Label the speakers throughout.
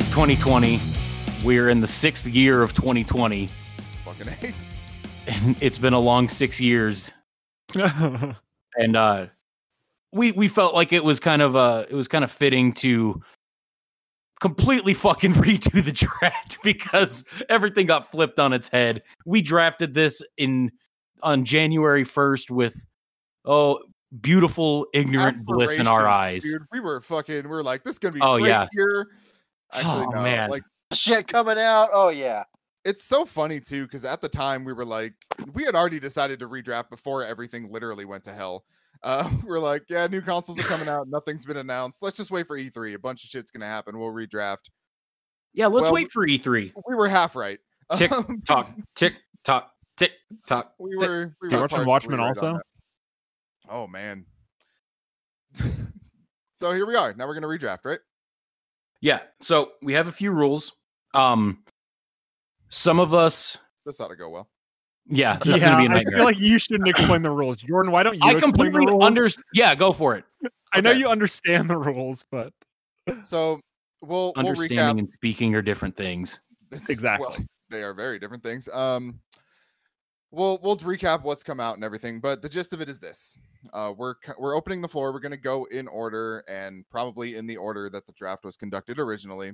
Speaker 1: 2020. We're in the sixth year of 2020,
Speaker 2: Fucking A.
Speaker 1: and it's been a long six years. and uh, we we felt like it was kind of uh it was kind of fitting to completely fucking redo the draft because everything got flipped on its head. We drafted this in on January 1st with oh beautiful ignorant bliss in our
Speaker 2: Aspirational,
Speaker 1: eyes.
Speaker 2: Dude, we were fucking. We were like, this is gonna be.
Speaker 1: Oh,
Speaker 2: great
Speaker 1: yeah.
Speaker 2: Here. Actually,
Speaker 1: Oh,
Speaker 2: no.
Speaker 1: man.
Speaker 2: Like,
Speaker 3: Shit coming out. Oh yeah.
Speaker 2: it's so funny too, because at the time we were like, we had already decided to redraft before everything literally went to hell. Uh, we're like, yeah, new consoles are coming out. Nothing's been announced. Let's just wait for E3. A bunch of shit's gonna happen. We'll redraft.
Speaker 1: Yeah, let's
Speaker 2: Well,
Speaker 1: wait for E E3.
Speaker 2: We were half right.
Speaker 1: Tick
Speaker 2: Um,
Speaker 1: tock, tick tock, tick tock.
Speaker 2: we
Speaker 1: tick.
Speaker 2: were. We
Speaker 4: Did you
Speaker 2: were
Speaker 4: watch
Speaker 2: partially
Speaker 4: Watchmen
Speaker 2: right on
Speaker 4: also?
Speaker 2: that. Oh man. so here we are. Now we're gonna redraft, right?
Speaker 1: Yeah. So we have a few rules. Um, some of us,
Speaker 2: This ought to go well.
Speaker 1: yeah, this is
Speaker 4: yeah,
Speaker 1: gonna be a
Speaker 4: I feel
Speaker 1: nightmare.
Speaker 4: like you shouldn't explain the rules, Jordan. Why don't you?
Speaker 1: I,
Speaker 4: explain the
Speaker 1: completely
Speaker 4: rules?
Speaker 1: understand. Yeah, go for it.
Speaker 4: I know
Speaker 2: okay.
Speaker 4: you understand the rules, but
Speaker 2: So we'll we'll recap
Speaker 1: Understanding and speaking are different things.
Speaker 2: It's-
Speaker 4: Exactly.
Speaker 2: they are very different things. Um, we'll we'll recap what's come out and everything, but the gist of it is this: uh, we're c- we're opening the floor. We're going to go in order and probably in the order that the draft was conducted originally.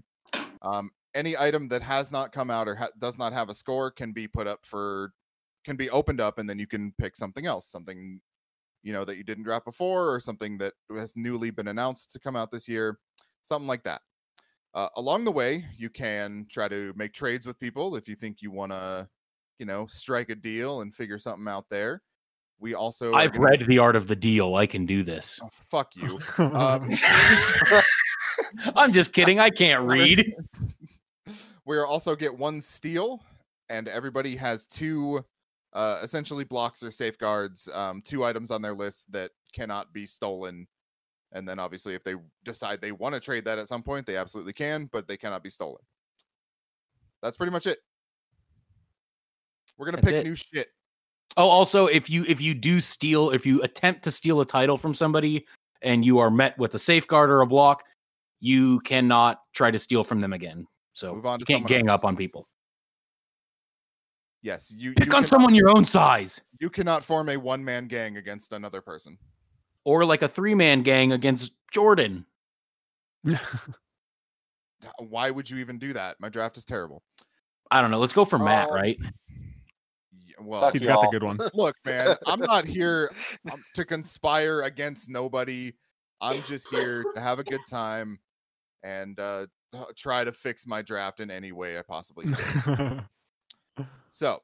Speaker 2: Um, any item that has not come out or ha- does not have a score can be put up for can be opened up, and then you can pick something else, something you know that you didn't draft before, or something that has newly been announced to come out this year, something like that. Uh, along the way, you can try to make trades with people if you think you want to, you know, strike a deal and figure something out there. We also are
Speaker 1: I've
Speaker 2: gonna-
Speaker 1: read The Art of the Deal. I can do this.
Speaker 2: Oh, fuck you. Um,
Speaker 1: I'm just kidding. I can't read.
Speaker 2: we are also get one steal, and everybody has two, uh, essentially blocks or safeguards, um, two items on their list that cannot be stolen. And then obviously, if they decide they want to trade that at some point, they absolutely can, but they cannot be stolen. That's pretty much it. We're gonna
Speaker 1: That's
Speaker 2: pick
Speaker 1: it.
Speaker 2: new shit.
Speaker 1: Oh, also, if you if you do steal, if you attempt to steal a title from somebody and you are met with a safeguard or a block, you cannot try to steal from them again. So
Speaker 2: Move on to
Speaker 1: you can't
Speaker 2: someone
Speaker 1: gang
Speaker 2: else.
Speaker 1: up on people.
Speaker 2: Yes, you
Speaker 1: Pick
Speaker 2: you
Speaker 1: on
Speaker 2: cannot-
Speaker 1: someone your own size.
Speaker 2: You cannot form a one man gang against another person.
Speaker 1: or like a three man gang against Jordan.
Speaker 2: Th- Why would you even do that? My draft is terrible.
Speaker 1: I don't know. Let's go for Matt,
Speaker 2: Oh.
Speaker 1: right?
Speaker 2: Y- Well,
Speaker 4: he's
Speaker 3: you
Speaker 4: got the
Speaker 3: all.
Speaker 4: good one.
Speaker 2: look, man, I'm not here um, to conspire against nobody. I'm just here to have a good time and uh, h- try to fix my draft in any way I possibly can. So,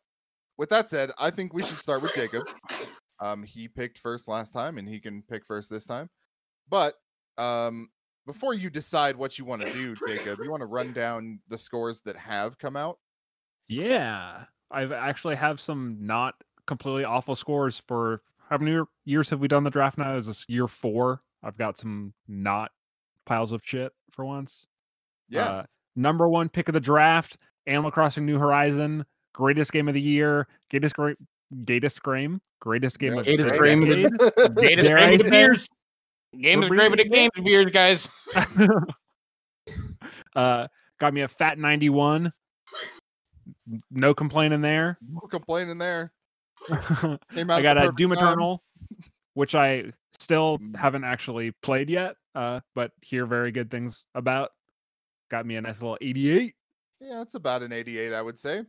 Speaker 2: with that said, I think we should start with Jacob. Um, he picked first last time, and he can pick first this time. But um, before you decide what you want to do, Jacob, you want to run down the scores that have come out.
Speaker 4: yeah, I've actually have some not completely awful scores for how many years have we done the draft now? Is this year four? I've got some not piles of shit for once.
Speaker 2: Yeah,
Speaker 4: Uh, number one pick of the draft, Animal Crossing New Horizon, greatest game of the year, greatest great greatest game, greatest game
Speaker 2: Yeah,
Speaker 4: of
Speaker 1: greatest
Speaker 4: the
Speaker 1: game of the-
Speaker 4: decade.
Speaker 1: Game
Speaker 4: Dare I say?
Speaker 1: Game
Speaker 4: We're reading it.
Speaker 1: games beers, guys.
Speaker 4: uh got me a fat 91. N- No complaining there.
Speaker 2: no complaining there.
Speaker 4: I
Speaker 2: Came out. at
Speaker 4: got
Speaker 2: the
Speaker 4: a
Speaker 2: perfect
Speaker 4: Doom
Speaker 2: time.
Speaker 4: Eternal, which I still
Speaker 2: Mm.
Speaker 4: haven't actually played yet, uh, but hear very good things about. Got me a nice little 88.
Speaker 2: Yeah, it's about an 88, I would say.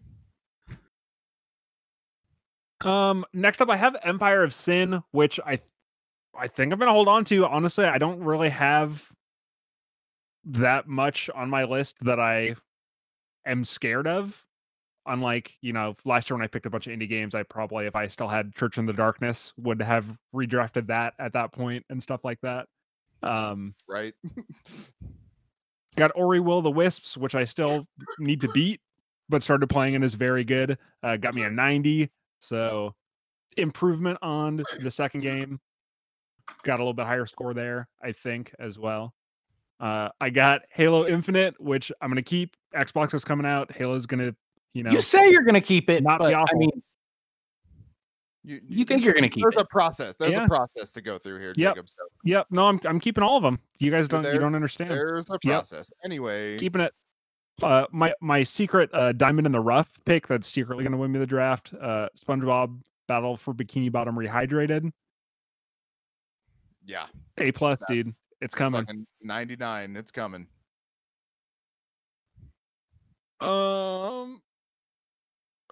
Speaker 4: Um, next up, I have Empire of Sin, which I, I think I'm gonna hold on to. Honestly, I don't really have that much on my list that I am scared of. Unlike you know last year when I picked a bunch of indie games, I probably if I still had Church in the Darkness would have redrafted that at that point and stuff like that. Um,
Speaker 2: Right.
Speaker 4: Got Ori Will of the Wisps, which I still need to beat, but started playing and is very good. Uh, got me a 90, so improvement on the second game. Got a little bit higher score there, I think, as well. Uh, I got Halo Infinite, which I'm gonna keep. Xbox is coming out. Halo's gonna, you know,
Speaker 1: You say you're gonna keep it,
Speaker 4: Not
Speaker 1: but,
Speaker 4: be
Speaker 1: I
Speaker 4: awful.
Speaker 1: mean,
Speaker 2: You,
Speaker 1: you think you're gonna keep
Speaker 2: there's
Speaker 1: it?
Speaker 2: a process. There's
Speaker 4: Yeah.
Speaker 2: a process to go through here,
Speaker 4: Yep.
Speaker 2: Jacob. So
Speaker 4: yep. No, I'm I'm keeping all of them. You guys don't you
Speaker 2: there-
Speaker 4: don't understand.
Speaker 2: there's a process. Anyway,
Speaker 4: Keeping it. uh, my my secret uh, diamond in the rough pick that's secretly going to win me the draft. Uh, SpongeBob Battle for Bikini Bottom Rehydrated.
Speaker 2: Yeah,
Speaker 4: A plus, dude. It's coming.
Speaker 2: Ninety nine. It's coming.
Speaker 4: um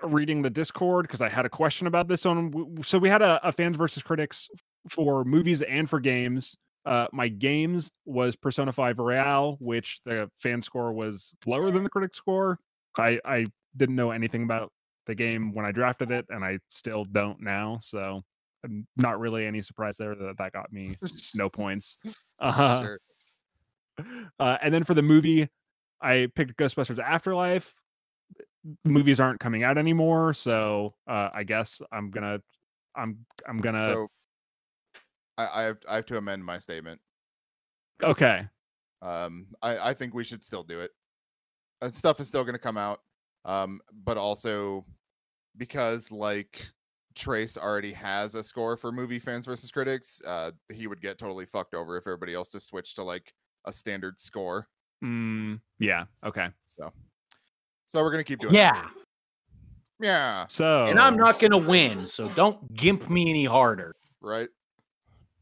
Speaker 4: reading the discord because i had a question about this on w- so we had a, a fans versus critics for movies and for games uh my games was persona 5 royale which the fan score was lower than the critic score i i didn't know anything about the game when i drafted it and i still don't now so I'm not really any surprise there that that got me no points uh,
Speaker 2: Sure.
Speaker 4: uh, and then for the movie, I picked Ghostbusters Afterlife. Movies aren't coming out anymore, so uh, I guess I'm gonna, I'm, I'm gonna.
Speaker 2: so I, I have I have to amend my statement.
Speaker 4: okay,
Speaker 2: Um, I I think we should still do it. And stuff is still going to come out. Um, but also because like Trace already has a score for movie fans versus critics, uh, he would get totally fucked over if everybody else just switched to like a standard score.
Speaker 4: mm, yeah, okay.
Speaker 2: So, so we're gonna keep doing. that.
Speaker 1: Yeah.
Speaker 2: yeah,
Speaker 4: So
Speaker 1: And I'm not going to win, so don't gimp me any harder.
Speaker 2: right.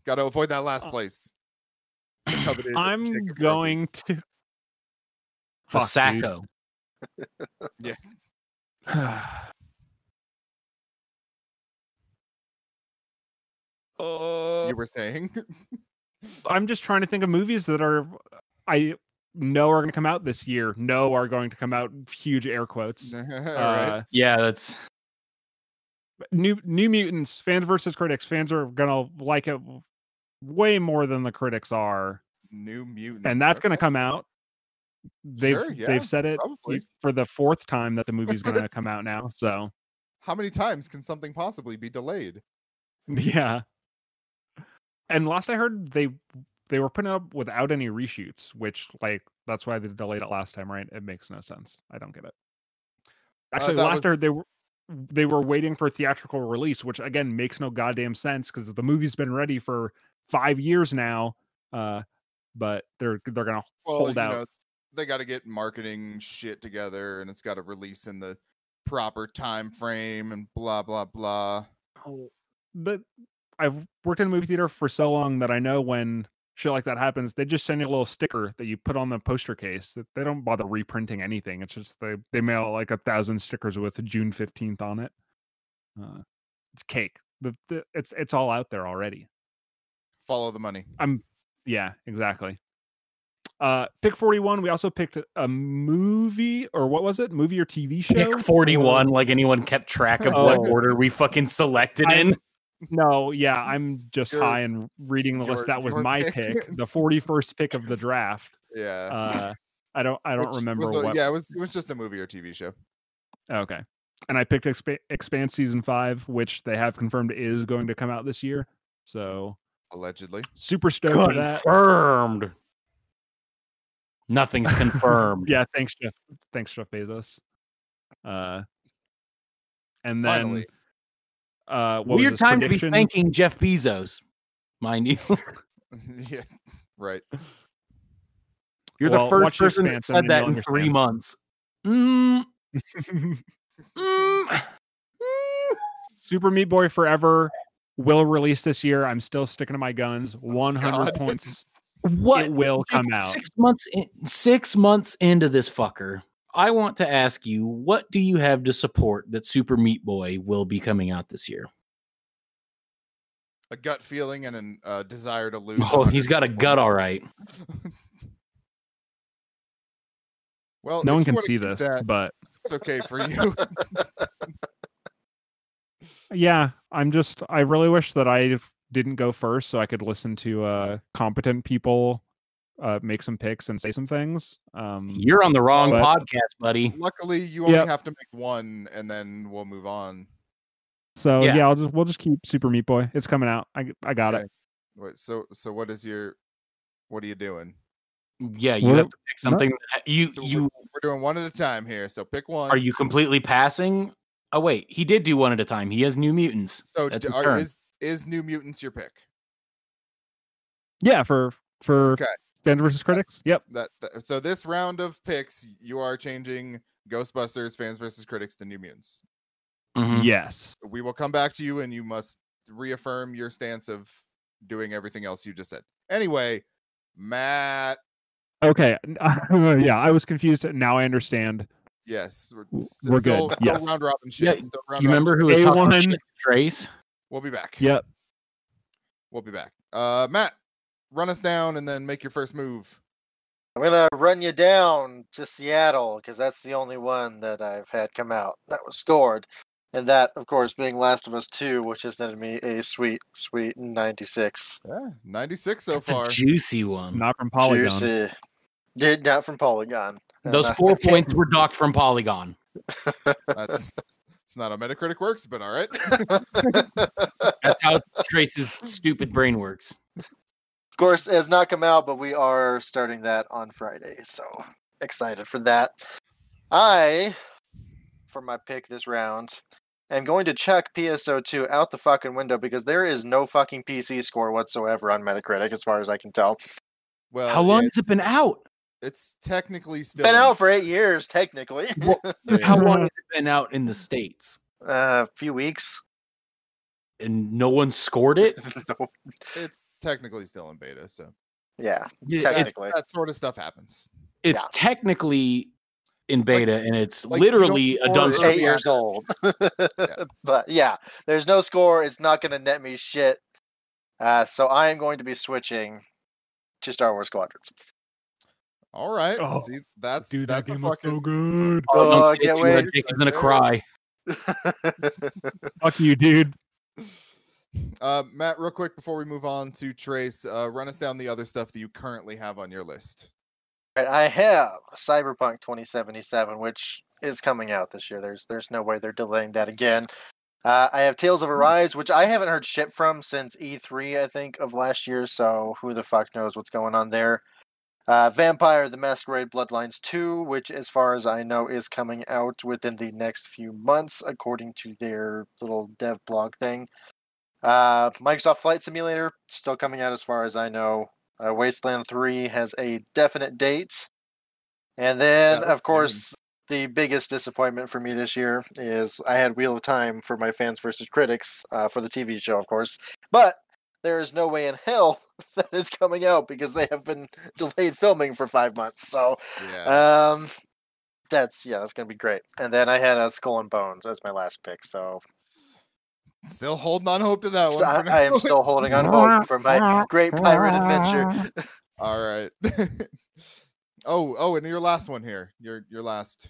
Speaker 2: Got to avoid that last
Speaker 4: Uh,
Speaker 2: place. The coveted
Speaker 4: I'm
Speaker 2: Jacob Trophy.
Speaker 4: going to.
Speaker 1: For
Speaker 4: Fuck, dude.
Speaker 1: Sacco.
Speaker 4: Oh,
Speaker 2: You were saying
Speaker 4: I'm just trying to think of movies that are I know are going to come out this year. Know are going to come out. Huge air quotes.
Speaker 2: All
Speaker 4: Uh,
Speaker 2: right.
Speaker 1: Yeah, that's
Speaker 4: New New Mutants fans versus critics. Fans are gonna like it w- way more than the critics are,
Speaker 2: New Mutants,
Speaker 4: and that's gonna
Speaker 2: okay,
Speaker 4: come out. They've
Speaker 2: Sure, yeah,
Speaker 4: they've said it e,
Speaker 2: probably.
Speaker 4: for the fourth time that the movie's gonna come out now. So
Speaker 2: How many times can something possibly be delayed?
Speaker 4: yeah. And last I heard, they they were putting it up without any reshoots, which like that's why they delayed it last time, right? It makes no sense. I don't get it.
Speaker 2: Uh,
Speaker 4: Actually,
Speaker 2: that
Speaker 4: last I
Speaker 2: was-
Speaker 4: heard they were they were waiting for theatrical release, which again makes no goddamn sense because the movie's been ready for five years now. Uh, but they're they're gonna Hold out.
Speaker 2: they got to get marketing shit together, and it's got to release in the proper time frame, and blah blah blah.
Speaker 4: the Oh, I've worked in a movie theater for so long that I know when shit like that happens, they just send you a little sticker that you put on the poster case. That they don't bother reprinting anything. It's just they they mail like a thousand stickers with June fifteenth on it. Uh, it's cake. The, the it's it's all out there already.
Speaker 2: Follow the money.
Speaker 4: Yeah, exactly. Uh, pick forty one. We also picked a movie or what was it? Movie or TV show?
Speaker 1: pick 41. Like anyone kept track of what
Speaker 4: Oh.
Speaker 1: order we fucking selected
Speaker 4: I-
Speaker 1: in.
Speaker 4: No, yeah, I'm just
Speaker 2: Your-
Speaker 4: high and reading the list.
Speaker 2: your-
Speaker 4: That was
Speaker 2: your
Speaker 4: my
Speaker 2: pick.
Speaker 4: pick, the 41st pick of the draft.
Speaker 2: Yeah,
Speaker 4: uh, I don't I don't
Speaker 2: Which
Speaker 4: remember
Speaker 2: was a-
Speaker 4: what.
Speaker 2: Yeah, it was it was just a movie or TV show.
Speaker 4: Okay, and I picked Exp- Expanse season five, which they have confirmed is going to come out this year. So
Speaker 2: Allegedly,
Speaker 4: super stoked for that.
Speaker 1: Confirmed. Nothing's confirmed.
Speaker 4: Yeah, thanks Jeff. Thanks Jeff Bezos. Uh, and then
Speaker 2: Finally.
Speaker 4: uh, what was
Speaker 1: Weird
Speaker 4: his
Speaker 1: time to
Speaker 4: prediction?
Speaker 1: be thanking Jeff Bezos. Mind you,
Speaker 2: yeah, right.
Speaker 1: you're
Speaker 4: Well,
Speaker 1: the first
Speaker 4: watch your
Speaker 1: person that
Speaker 4: stance
Speaker 1: said
Speaker 4: and then
Speaker 1: that
Speaker 4: you'll
Speaker 1: in three
Speaker 4: understand.
Speaker 1: months. Mm, mm, mm.
Speaker 4: Super Meat Boy Forever will release this year. I'm still sticking to my guns. 100
Speaker 2: God.
Speaker 4: points.
Speaker 1: What
Speaker 4: It will come out.
Speaker 1: Six months in, six months into this fucker, I want to ask you, what do you have to support that Super Meat Boy will be coming out this year?
Speaker 2: A gut feeling and a an, uh, desire to lose.
Speaker 1: Oh, he's
Speaker 2: 100
Speaker 1: got a gut,
Speaker 2: points.
Speaker 1: all right.
Speaker 2: Well,
Speaker 4: No
Speaker 2: if
Speaker 4: one
Speaker 2: you
Speaker 4: can
Speaker 2: wanna
Speaker 4: see
Speaker 2: keep
Speaker 4: this,
Speaker 2: that,
Speaker 4: but
Speaker 2: it's okay for you.
Speaker 4: yeah i'm just i really wish that i didn't go first so i could listen to uh competent people uh make some picks and say some things um
Speaker 1: You're on the wrong
Speaker 4: But-
Speaker 1: podcast, buddy.
Speaker 2: Luckily, you only
Speaker 4: Yep.
Speaker 2: have to make one, and then we'll move on.
Speaker 4: so
Speaker 1: yeah.
Speaker 4: yeah. i'll just we'll just keep super meat boy it's coming out i g- i got
Speaker 2: Okay.
Speaker 4: it
Speaker 2: Wait, so so what is your what are you doing?
Speaker 1: Yeah, you
Speaker 4: Well,
Speaker 1: have to pick something. that- you
Speaker 2: So we're-
Speaker 1: you
Speaker 2: We're doing one at a time here. So pick one.
Speaker 1: are you completely passing? Oh wait, he did do one at a time. He has New Mutants.
Speaker 2: so
Speaker 1: That's
Speaker 2: d-
Speaker 1: his
Speaker 2: are-
Speaker 1: turn.
Speaker 2: is is New Mutants your pick?
Speaker 4: yeah for for
Speaker 2: Okay.
Speaker 4: Band versus critics. Yep.
Speaker 2: That, that so this round of picks, you are changing Ghostbusters fans versus critics to New Mutants. Mm-hmm.
Speaker 1: Mhm.
Speaker 4: Yes.
Speaker 2: We will come back to you, and you must reaffirm your stance of doing everything else you just said. Anyway, Matt.
Speaker 4: Okay. yeah, I was confused. Now I understand.
Speaker 2: Yes, we're,
Speaker 4: W-
Speaker 2: st-
Speaker 4: we're
Speaker 2: still,
Speaker 4: good,
Speaker 2: Still
Speaker 4: yes.
Speaker 2: round robin shit.
Speaker 1: Yeah,
Speaker 2: still round
Speaker 1: You
Speaker 2: robin
Speaker 1: remember
Speaker 2: shit.
Speaker 1: who was talking
Speaker 4: A1.
Speaker 1: shit to Trace?
Speaker 2: We'll be back.
Speaker 4: Yep.
Speaker 2: We'll be back. Uh, Matt, run us down and then make your first move.
Speaker 3: I'm gonna run you down to Seattle because that's the only one that I've had come out that was scored, and that, of course, being Last of Us Two, which has netted me a sweet, sweet 96.
Speaker 2: Yeah, 96 so
Speaker 1: That's a
Speaker 2: far.
Speaker 1: juicy
Speaker 2: Mm.
Speaker 1: one.
Speaker 4: Not from Polygon.
Speaker 3: Juicy. Did not from Polygon. And,
Speaker 1: Those
Speaker 3: uh,
Speaker 1: four points were docked from Polygon.
Speaker 2: That's it's not how Metacritic works, but all right.
Speaker 1: That's how Trace's stupid brain works.
Speaker 3: Of course, it has not come out, but we are starting that on Friday, so excited for that. I, for my pick this round, am going to chuck PSO2 out the fucking window because there is no fucking PC score whatsoever on Metacritic, as far as I can tell.
Speaker 2: Well,
Speaker 1: How long
Speaker 2: Uh, yeah,
Speaker 1: has it been out?
Speaker 2: It's technically still
Speaker 3: Been
Speaker 2: in-
Speaker 3: out for eight years, technically.
Speaker 1: How long has it been out in the states?
Speaker 3: uh, a few weeks.
Speaker 1: And no one scored it.
Speaker 3: No.
Speaker 2: It's technically still in beta, so
Speaker 3: Yeah,
Speaker 1: Yeah,
Speaker 2: that,
Speaker 1: It's
Speaker 3: technically.
Speaker 2: that sort of stuff happens.
Speaker 1: it's
Speaker 3: Yeah.
Speaker 1: technically in
Speaker 2: like-
Speaker 1: beta, and it's
Speaker 2: like you don't
Speaker 1: literally a
Speaker 2: score
Speaker 1: dumb.
Speaker 2: it.
Speaker 1: score.
Speaker 2: Hey,
Speaker 3: eight years old. But yeah, there's no score. It's not going to net me shit. Uh, so I am going to be switching to Star Wars Squadrons.
Speaker 2: All right,
Speaker 4: Oh,
Speaker 2: see that's
Speaker 4: Dude, that
Speaker 2: that's a
Speaker 4: game looks so
Speaker 2: fucking
Speaker 4: good.
Speaker 1: Oh, don't
Speaker 3: Oh,
Speaker 1: say
Speaker 3: get
Speaker 1: too
Speaker 3: away.
Speaker 1: much, Jacob's gonna cry.
Speaker 4: Fuck you, dude.
Speaker 2: uh, Matt. Real quick before we move on to Trace, uh, run us down the other stuff that you currently have on your list.
Speaker 3: Right, I have Cyberpunk 2077, which is coming out this year. There's there's no way they're delaying that again. Uh, I have Tales of Arise, which I haven't heard shit from since E3, I think, of last year. So who the fuck knows what's going on there? Uh, Vampire: The Masquerade Bloodlines 2, which, as far as I know, is coming out within the next few months, according to their little dev blog thing. Uh, Microsoft Flight Simulator still coming out, as far as I know. Uh, Wasteland 3 has a definite date. And then,
Speaker 2: That was
Speaker 3: of course, the biggest disappointment for me this year is I had Wheel of Time for my fans versus critics uh, for the TV show, of course. But there is no way in hell that is coming out because they have been delayed filming for five months. So
Speaker 2: Yeah,
Speaker 3: um, that's yeah, that's gonna be great. And then I had a Skull and Bones as my last pick, so,
Speaker 2: still holding on hope to that one.
Speaker 3: Uh, so I,
Speaker 2: for
Speaker 3: I am
Speaker 2: now.
Speaker 3: still holding on hope for my great pirate adventure.
Speaker 2: All right. oh, oh, and your last one here. Your your last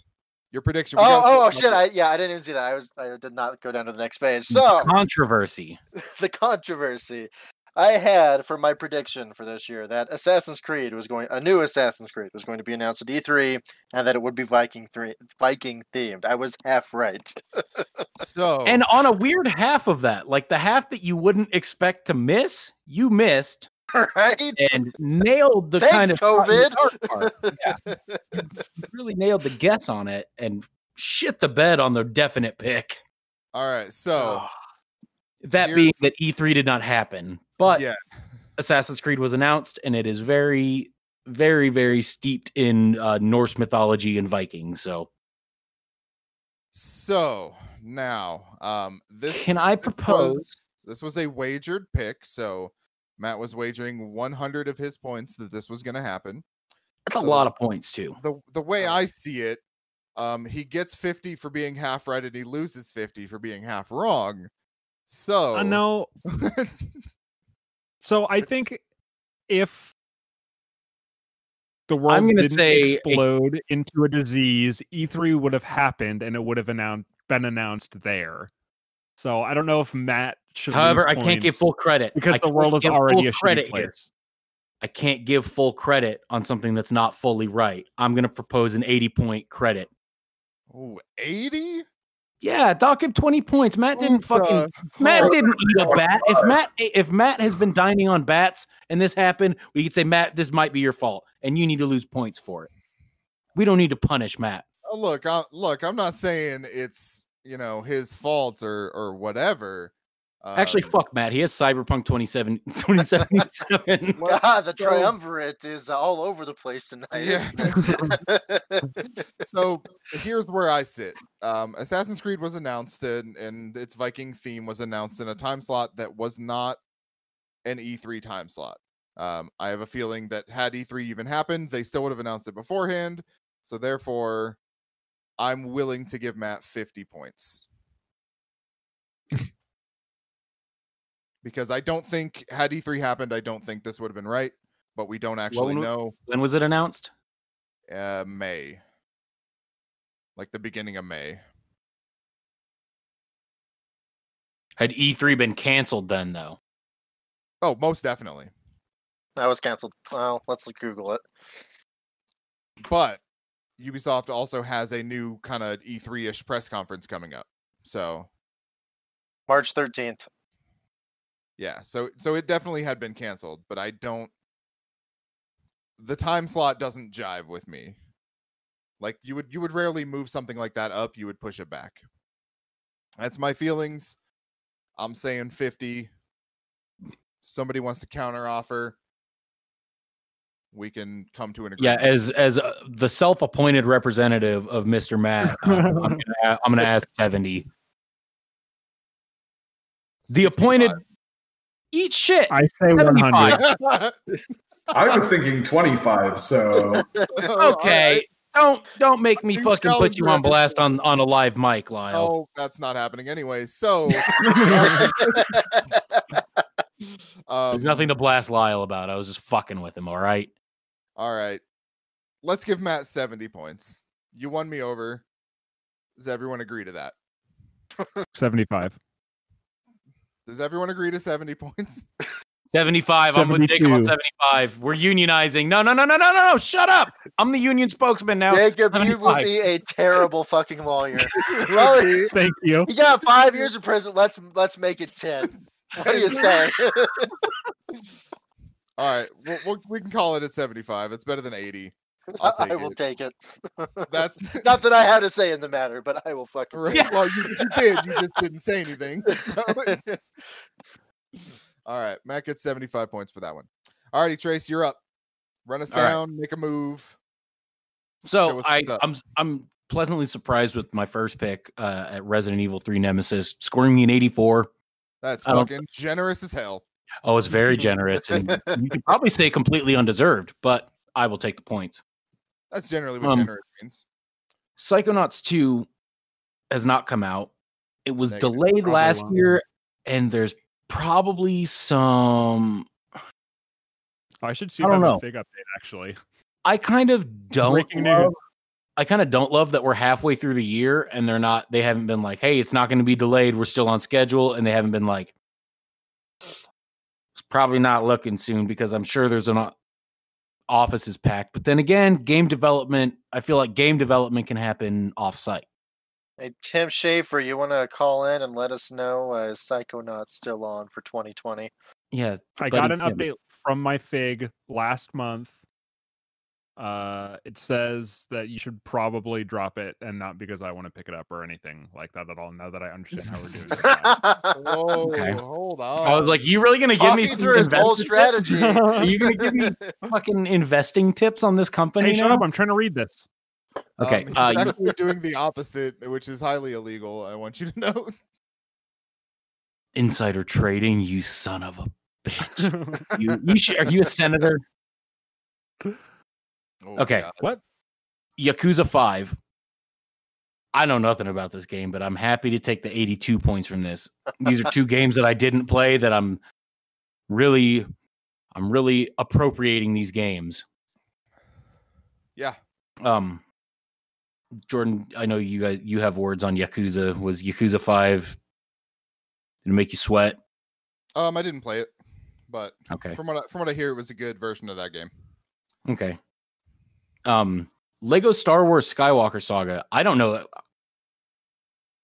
Speaker 2: your prediction. We
Speaker 3: Oh,
Speaker 2: gotta
Speaker 3: oh, oh
Speaker 2: talk
Speaker 3: shit!
Speaker 2: about
Speaker 3: I yeah, I didn't even see that. I was I did not go down to the next page. So
Speaker 1: Controversy.
Speaker 3: the controversy I had for my prediction for this year that Assassin's Creed was going a new Assassin's Creed was going to be announced at E3 and that it would be Viking three Viking themed. I was half right.
Speaker 2: it. So
Speaker 1: And
Speaker 3: Oh.
Speaker 1: on a weird half of that, like the half that you wouldn't expect to miss, you missed
Speaker 3: right?
Speaker 1: and nailed the
Speaker 3: Thanks,
Speaker 1: kind of
Speaker 3: COVID.
Speaker 1: part. Yeah. You really nailed the guess on it and shit the bed on the definite pick.
Speaker 2: all right.
Speaker 3: Oh.
Speaker 2: So
Speaker 1: That
Speaker 2: Here's-
Speaker 1: being that E3 did not happen, but
Speaker 2: yeah,
Speaker 1: Assassin's Creed was announced, and it is very, very, very steeped in uh, Norse mythology and Vikings. So,
Speaker 2: so now um this
Speaker 1: can I
Speaker 2: this was-
Speaker 1: propose?
Speaker 2: this was a wagered pick, so Matt was wagering 100 of his points that this was going to happen.
Speaker 1: That's a
Speaker 2: so-
Speaker 1: lot of points too.
Speaker 2: The the way
Speaker 3: Oh.
Speaker 2: I see it, um, he gets 50 for being half right, and he loses 50 for being half wrong. So
Speaker 4: I know. Uh, So I think if the world
Speaker 1: I'm gonna
Speaker 4: didn't
Speaker 1: say a-
Speaker 4: explode into a disease, E3 would have happened and it would have announced been announced there. So I don't know if Matt should. lose
Speaker 1: However, I can't give
Speaker 4: points
Speaker 1: full credit
Speaker 4: because
Speaker 1: I
Speaker 4: the
Speaker 1: can't
Speaker 4: world is
Speaker 1: give
Speaker 4: already
Speaker 1: full
Speaker 4: a shitty
Speaker 1: credit here.
Speaker 4: place.
Speaker 1: I can't give full credit on something that's not fully right. I'm going to propose an 80 point credit.
Speaker 2: Ooh, 80.
Speaker 1: Yeah, dock him 20 points. Matt didn't
Speaker 2: Ooh,
Speaker 1: fucking
Speaker 2: uh,
Speaker 1: Matt
Speaker 2: huh.
Speaker 1: didn't eat a bat. If Matt if Matt has been dining on bats and this happened, we could say Matt, this might be your fault, and you need to lose points for it. We don't need to punish Matt.
Speaker 2: Uh, look, I, look, I'm not saying it's you know his fault or or whatever.
Speaker 1: Actually,
Speaker 2: Um,
Speaker 1: fuck Matt. He has Cyberpunk 27, 2077.
Speaker 3: God, Ah, the
Speaker 4: So-
Speaker 3: triumvirate is all over the place tonight.
Speaker 2: Yeah.
Speaker 3: isn't it?
Speaker 2: so here's where I sit. Um, Assassin's Creed was announced and, and its Viking theme was announced in a time slot that was not an E3 time slot. Um, I have a feeling that had E3 even happened, they still would have announced it beforehand. So therefore, I'm willing to give Matt 50 points. because I don't think had E3 happened, I don't think this would have been right, but we don't actually
Speaker 1: when we-
Speaker 2: know
Speaker 1: when was it announced?
Speaker 2: uh May. Like the beginning of May.
Speaker 1: Had E3 been canceled then, though?
Speaker 2: Oh, most definitely.
Speaker 3: that was canceled. Well, let's Google it.
Speaker 2: But Ubisoft also has a new kind of E3-ish press conference coming up. So,
Speaker 3: March 13th.
Speaker 2: yeah. So so it definitely had been canceled, but I don't the time slot doesn't jive with me. Like you would you would rarely move something like that up, you would push it back. That's my feelings. I'm saying 50. Somebody wants to counter offer. We can come to an
Speaker 1: Yeah,
Speaker 2: agreement.
Speaker 1: as as uh, the self-appointed representative of Mr. Matt, um, I'm, gonna, a- I'm gonna ask 70. The
Speaker 2: 65.
Speaker 1: appointed eat shit.
Speaker 4: I say
Speaker 1: 75.
Speaker 4: 100.
Speaker 5: I was thinking 25, so
Speaker 2: All
Speaker 1: Okay.
Speaker 2: right.
Speaker 1: Oh, Don't don't make me
Speaker 2: You
Speaker 1: fucking put
Speaker 2: challenge
Speaker 1: you
Speaker 2: your
Speaker 1: on blast on on a live mic, Lyle.
Speaker 2: No, Oh, that's not happening anyway. So, um,
Speaker 1: There's nothing to blast Lyle about. I was just fucking with him, all right?
Speaker 2: All right. Let's give Matt 70 points. You won me over. Does everyone agree to that?
Speaker 4: 75.
Speaker 2: Does everyone agree to 70 points?
Speaker 1: 75. I'm gonna take him on
Speaker 4: 72.
Speaker 1: 75. We're unionizing. No, no, no, no, no, no, no. Shut up. I'm the union spokesman now.
Speaker 3: Jacob, you will
Speaker 1: 75.
Speaker 3: be a terrible fucking lawyer. Lawyer,
Speaker 4: Thank you.
Speaker 3: you got five years in prison. Let's let's make it ten. What do you say?
Speaker 2: All right. We'll, we'll, we can call it at 75. It's better than 80. I'll take
Speaker 3: I will
Speaker 2: it.
Speaker 3: take it.
Speaker 2: That's
Speaker 3: Not that I have a say in the matter, but I will fucking.
Speaker 2: right.
Speaker 3: take it.
Speaker 2: Well, you, you did. You just didn't say anything. So- all right. Matt gets 75 points for that one. All righty, Trace, you're up. Run us
Speaker 1: All right.
Speaker 2: down, make a move. Show
Speaker 1: So
Speaker 2: us
Speaker 1: I,
Speaker 2: what's up.
Speaker 1: I'm I'm pleasantly surprised with my first pick uh, at Resident Evil 3 Nemesis, scoring me an 84.
Speaker 2: That's
Speaker 1: I don't-
Speaker 2: fucking generous as hell.
Speaker 1: Oh, it's very generous, and you could probably say completely undeserved, but I will take the points.
Speaker 2: That's generally what
Speaker 1: Um,
Speaker 2: generous means.
Speaker 1: Psychonauts 2 has not come out. It was
Speaker 2: Negative.
Speaker 1: delayed
Speaker 4: Probably
Speaker 1: last
Speaker 4: won't.
Speaker 1: year, and there's probably some.
Speaker 4: I should see
Speaker 1: I
Speaker 4: if I
Speaker 1: don't
Speaker 4: have
Speaker 1: know.
Speaker 4: a fig update, actually.
Speaker 1: I kind of don't.
Speaker 4: Breaking
Speaker 1: love-
Speaker 4: news.
Speaker 1: I kind of don't love that we're halfway through the year and they're not. They haven't been like, "Hey, it's not going to be delayed. We're still on schedule," and they haven't been like, "It's probably not looking soon," because I'm sure there's an o- office is packed. But then again, game development. I feel like game development can happen off site.
Speaker 3: Hey, Tim Schaefer, you want to call in and let us know uh, is Psychonauts still on for 2020?
Speaker 1: Yeah,
Speaker 4: I
Speaker 1: Buddy
Speaker 4: got an
Speaker 1: Tim.
Speaker 4: update from my fig last month. Uh, it says that you should probably drop it, and not because I want to pick it up or anything like that at all. Now that I understand how we're doing that.
Speaker 2: Whoa,
Speaker 1: okay.
Speaker 2: hold on.
Speaker 1: I was like, "You really going to give me
Speaker 3: Talking
Speaker 1: some
Speaker 3: through his whole
Speaker 1: investing tips?
Speaker 3: strategy.
Speaker 1: Are you going to give me fucking investing tips on this company?"
Speaker 4: hey, shut
Speaker 1: now?
Speaker 4: up! I'm trying to read this.
Speaker 1: Okay,
Speaker 2: Um,
Speaker 1: uh,
Speaker 2: he's
Speaker 1: you-
Speaker 2: actually doing the opposite, which is highly illegal. I want you to know.
Speaker 1: insider trading, you son of a bitch. You, you should, are you a senator?
Speaker 2: Oh,
Speaker 1: Okay.
Speaker 2: God.
Speaker 1: Yakuza 5. I know nothing about this game, but I'm happy to take the 82 points from this. These are two games that I didn't play that I'm really I'm really appropriating these games.
Speaker 2: Yeah.
Speaker 1: Um Jordan, I know you guys you have words on Yakuza. Was Yakuza 5 did it make you sweat?
Speaker 2: Um, I didn't play it, but
Speaker 1: Okay.
Speaker 2: from what I, from what I hear, it was a good version of that game.
Speaker 1: Okay. Um Lego Star Wars Skywalker Saga. I don't know.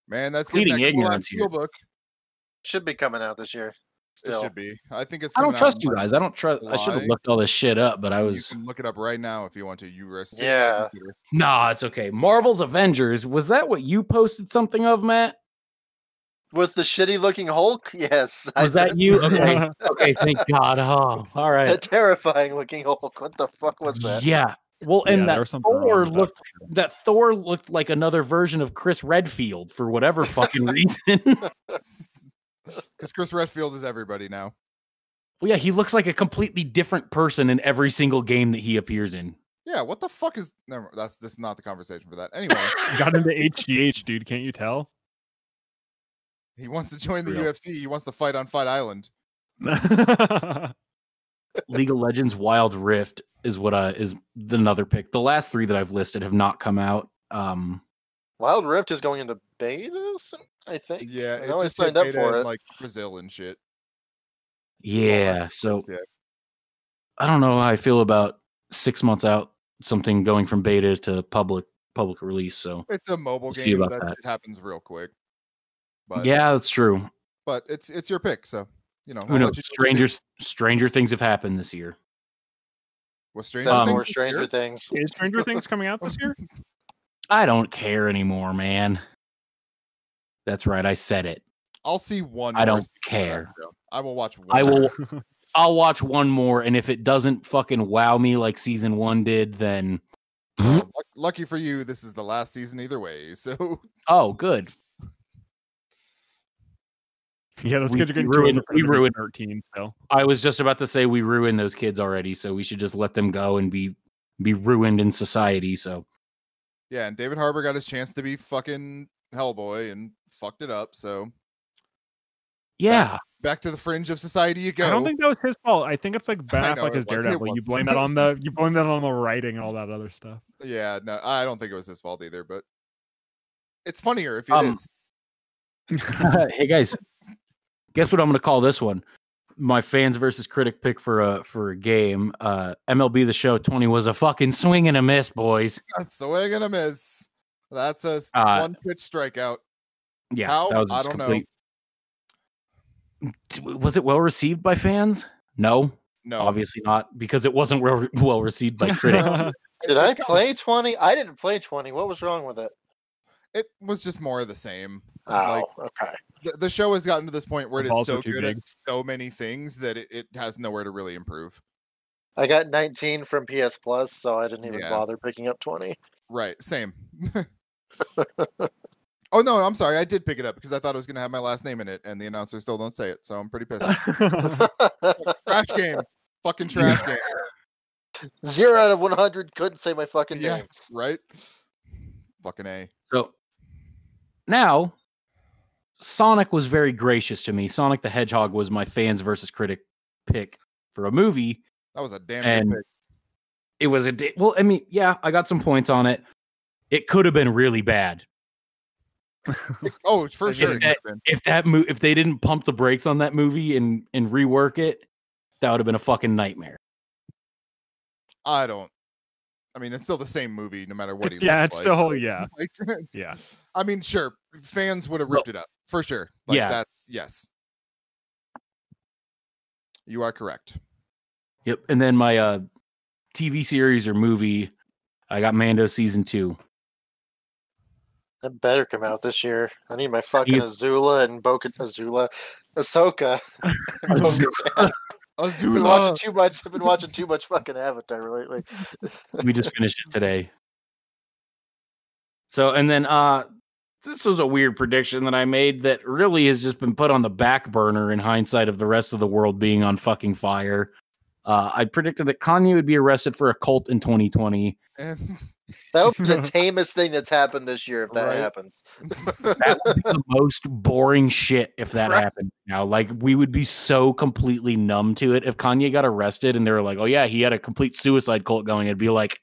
Speaker 2: Man, that's getting
Speaker 1: Pleading
Speaker 2: that cool
Speaker 1: ignorance here.
Speaker 2: book.
Speaker 3: Should be coming out this year.
Speaker 2: It
Speaker 3: Still.
Speaker 2: should be. I think it's.
Speaker 1: I
Speaker 2: coming
Speaker 1: don't
Speaker 2: out
Speaker 1: trust
Speaker 2: in,
Speaker 1: you
Speaker 2: like,
Speaker 1: guys. I don't trust. I should have
Speaker 2: July.
Speaker 1: looked all this shit up, but I
Speaker 2: You
Speaker 1: was.
Speaker 2: can look it up right now if you want to. You were sitting at your
Speaker 3: Yeah.
Speaker 2: computer.
Speaker 1: Nah, it's okay. Marvel's Avengers. Was that what you posted something of, Matt?
Speaker 3: with the shitty looking Hulk. Yes, I
Speaker 1: Was that
Speaker 3: said-
Speaker 1: you? Okay. Okay. Thank God. Oh, all
Speaker 3: the
Speaker 1: right.
Speaker 3: terrifying looking Hulk. What the fuck was that?
Speaker 1: Yeah. Well,
Speaker 4: Yeah,
Speaker 1: and
Speaker 4: there
Speaker 1: that
Speaker 4: was something wrong
Speaker 1: Thor
Speaker 4: with that.
Speaker 1: looked that Thor looked like another version of Chris Redfield for whatever fucking reason. well,
Speaker 2: Because Chris Redfield is everybody now.
Speaker 1: yeah, he looks like a completely different person in every single game that he appears in.
Speaker 2: Yeah, what the fuck is? Never, that's this is not the conversation for that. Anyway,
Speaker 4: Got into HGH, dude. Can't you tell?
Speaker 2: he wants to join the
Speaker 4: Real.
Speaker 2: UFC. He wants to fight on Fight Island.
Speaker 1: League of Legends Wild Rift is what uh is the- another pick. The last three that I've listed have not come out. Um
Speaker 3: Wild Rift is going into beta. some- I think.
Speaker 2: Yeah,
Speaker 3: I
Speaker 2: it
Speaker 3: know I
Speaker 2: just hit
Speaker 3: signed up
Speaker 2: beta
Speaker 3: for
Speaker 2: in,
Speaker 3: it.
Speaker 2: like Brazil and shit.
Speaker 1: yeah, so
Speaker 2: Yeah.
Speaker 1: I don't know how I feel about 6 months out something going from beta to public public release. So
Speaker 2: It's a mobile
Speaker 1: see
Speaker 2: game.
Speaker 1: about
Speaker 2: That,
Speaker 1: that.
Speaker 2: shit happens real quick. But
Speaker 1: yeah, that's true.
Speaker 2: but it's it's your pick. So you know, I'll
Speaker 1: Who
Speaker 2: let
Speaker 1: knows?
Speaker 2: you do what you do.
Speaker 1: Stranger Stranger things have happened this year.
Speaker 2: Was Stranger
Speaker 3: Except
Speaker 1: Um,
Speaker 3: for
Speaker 2: Things this year?
Speaker 3: Stranger Things.
Speaker 4: Is Stranger Things coming out this year?
Speaker 1: I don't care anymore, man. That's right, I said it.
Speaker 2: I'll see one.
Speaker 1: I
Speaker 2: more
Speaker 1: don't
Speaker 2: season of that
Speaker 1: care.
Speaker 2: show. I will watch. One
Speaker 1: I will I'll watch one more and if it doesn't fucking wow me like season 1 did, then
Speaker 2: Well, luck- Lucky for you, this is the last season either way. So
Speaker 1: oh, good.
Speaker 4: Yeah, that's
Speaker 1: We-
Speaker 4: good. You're
Speaker 1: we
Speaker 4: getting two
Speaker 1: ruined-
Speaker 4: under-
Speaker 1: we
Speaker 4: under
Speaker 1: ruined-
Speaker 4: 13 still.
Speaker 1: I was just about to say we ruined those kids already, so we should just let them go and be be ruined in society. So
Speaker 2: yeah, and David Harbour got his chance to be fucking Hellboy and fucked it up. So
Speaker 1: yeah,
Speaker 2: back to the fringe of society you go.
Speaker 4: I don't think that was his fault. I think it's like Ben
Speaker 2: I know
Speaker 4: Affleck
Speaker 2: it
Speaker 4: is
Speaker 2: was. It
Speaker 4: Daredevil. You
Speaker 2: was.
Speaker 4: blame that on the you blame that on the writing and all that other stuff.
Speaker 2: yeah, no, I don't think it was his fault either. But it's funnier if it is.
Speaker 1: Um, hey guys, guess what I'm going to call this one? My fans versus critic pick for a for a game. Uh, MLB the Show 20 was a fucking swing and a miss, boys.
Speaker 2: A swing and a miss. That's a s-
Speaker 1: Uh,
Speaker 2: one pitch strikeout.
Speaker 1: Yeah,
Speaker 2: How?
Speaker 1: that was
Speaker 2: I
Speaker 1: just
Speaker 2: don't know.
Speaker 1: complete. D- Was it well received by fans? No,
Speaker 2: No,
Speaker 1: obviously not, because it wasn't well, well received by critics.
Speaker 3: Did I play 20? I didn't play 20. What was wrong with it?
Speaker 2: it was just more of the same.
Speaker 3: Oh,
Speaker 2: Like,
Speaker 3: okay.
Speaker 2: the, the show has gotten to this point where
Speaker 4: The
Speaker 2: it is
Speaker 4: balls are
Speaker 2: so
Speaker 4: too
Speaker 2: good
Speaker 4: big.
Speaker 2: at so many things that it, it has nowhere to really improve.
Speaker 3: I got 19 from PS Plus, so I didn't even
Speaker 2: Yeah.
Speaker 3: bother picking up 20.
Speaker 2: Right, same. oh no, I'm sorry. I did pick it up because I thought it was going to have my last name in it, and the announcer still don't say it, so I'm pretty pissed. trash game, fucking trash game.
Speaker 3: Zero out of 100. Couldn't say my fucking
Speaker 2: Yeah,
Speaker 3: name.
Speaker 2: right. Fucking a.
Speaker 1: So now Sonic was very gracious to me. Sonic the Hedgehog was my fans versus critic pick for a movie.
Speaker 2: That was a damn
Speaker 1: And
Speaker 2: good pick.
Speaker 1: It was a di- well, I mean, yeah, I got some points on it. It could have been really bad
Speaker 2: Oh, for
Speaker 4: If
Speaker 2: sure. it
Speaker 1: that-
Speaker 2: could've been.
Speaker 1: if that mo- if they didn't pump the brakes on that movie and and rework it. That would have been a fucking nightmare.
Speaker 2: I don't. I mean, it's still the same movie, no matter what he.
Speaker 4: yeah,
Speaker 2: looked
Speaker 4: it's
Speaker 2: like.
Speaker 4: still yeah.
Speaker 2: Like,
Speaker 4: Yeah.
Speaker 2: I mean, sure, fans would have
Speaker 1: Well-
Speaker 2: ripped it up for sure. Like,
Speaker 1: Yeah.
Speaker 2: that's yes. You are correct.
Speaker 1: Yep. And then my uh, TV series or movie, I got Mando season two.
Speaker 3: That better come out this year. I need my fucking
Speaker 1: You-
Speaker 3: Azula and Boca Azula. Ahsoka. I've been
Speaker 2: Azula.
Speaker 3: watching too much. I've been watching too much fucking Avatar lately.
Speaker 1: we just finished it today. So and then uh this was a weird prediction that I made that really has just been put on the back burner in hindsight of the rest of the world being on fucking fire. Uh, I predicted that Kanye would be arrested for a cult in 2020.
Speaker 2: And-
Speaker 3: That'll be the tamest thing that's happened this year if that
Speaker 2: Right.
Speaker 3: happens.
Speaker 1: That would be the most boring shit if that happened now. Like we would be so completely numb to it. If Kanye got arrested and they were like, oh yeah, he had a complete suicide cult going, it'd be like,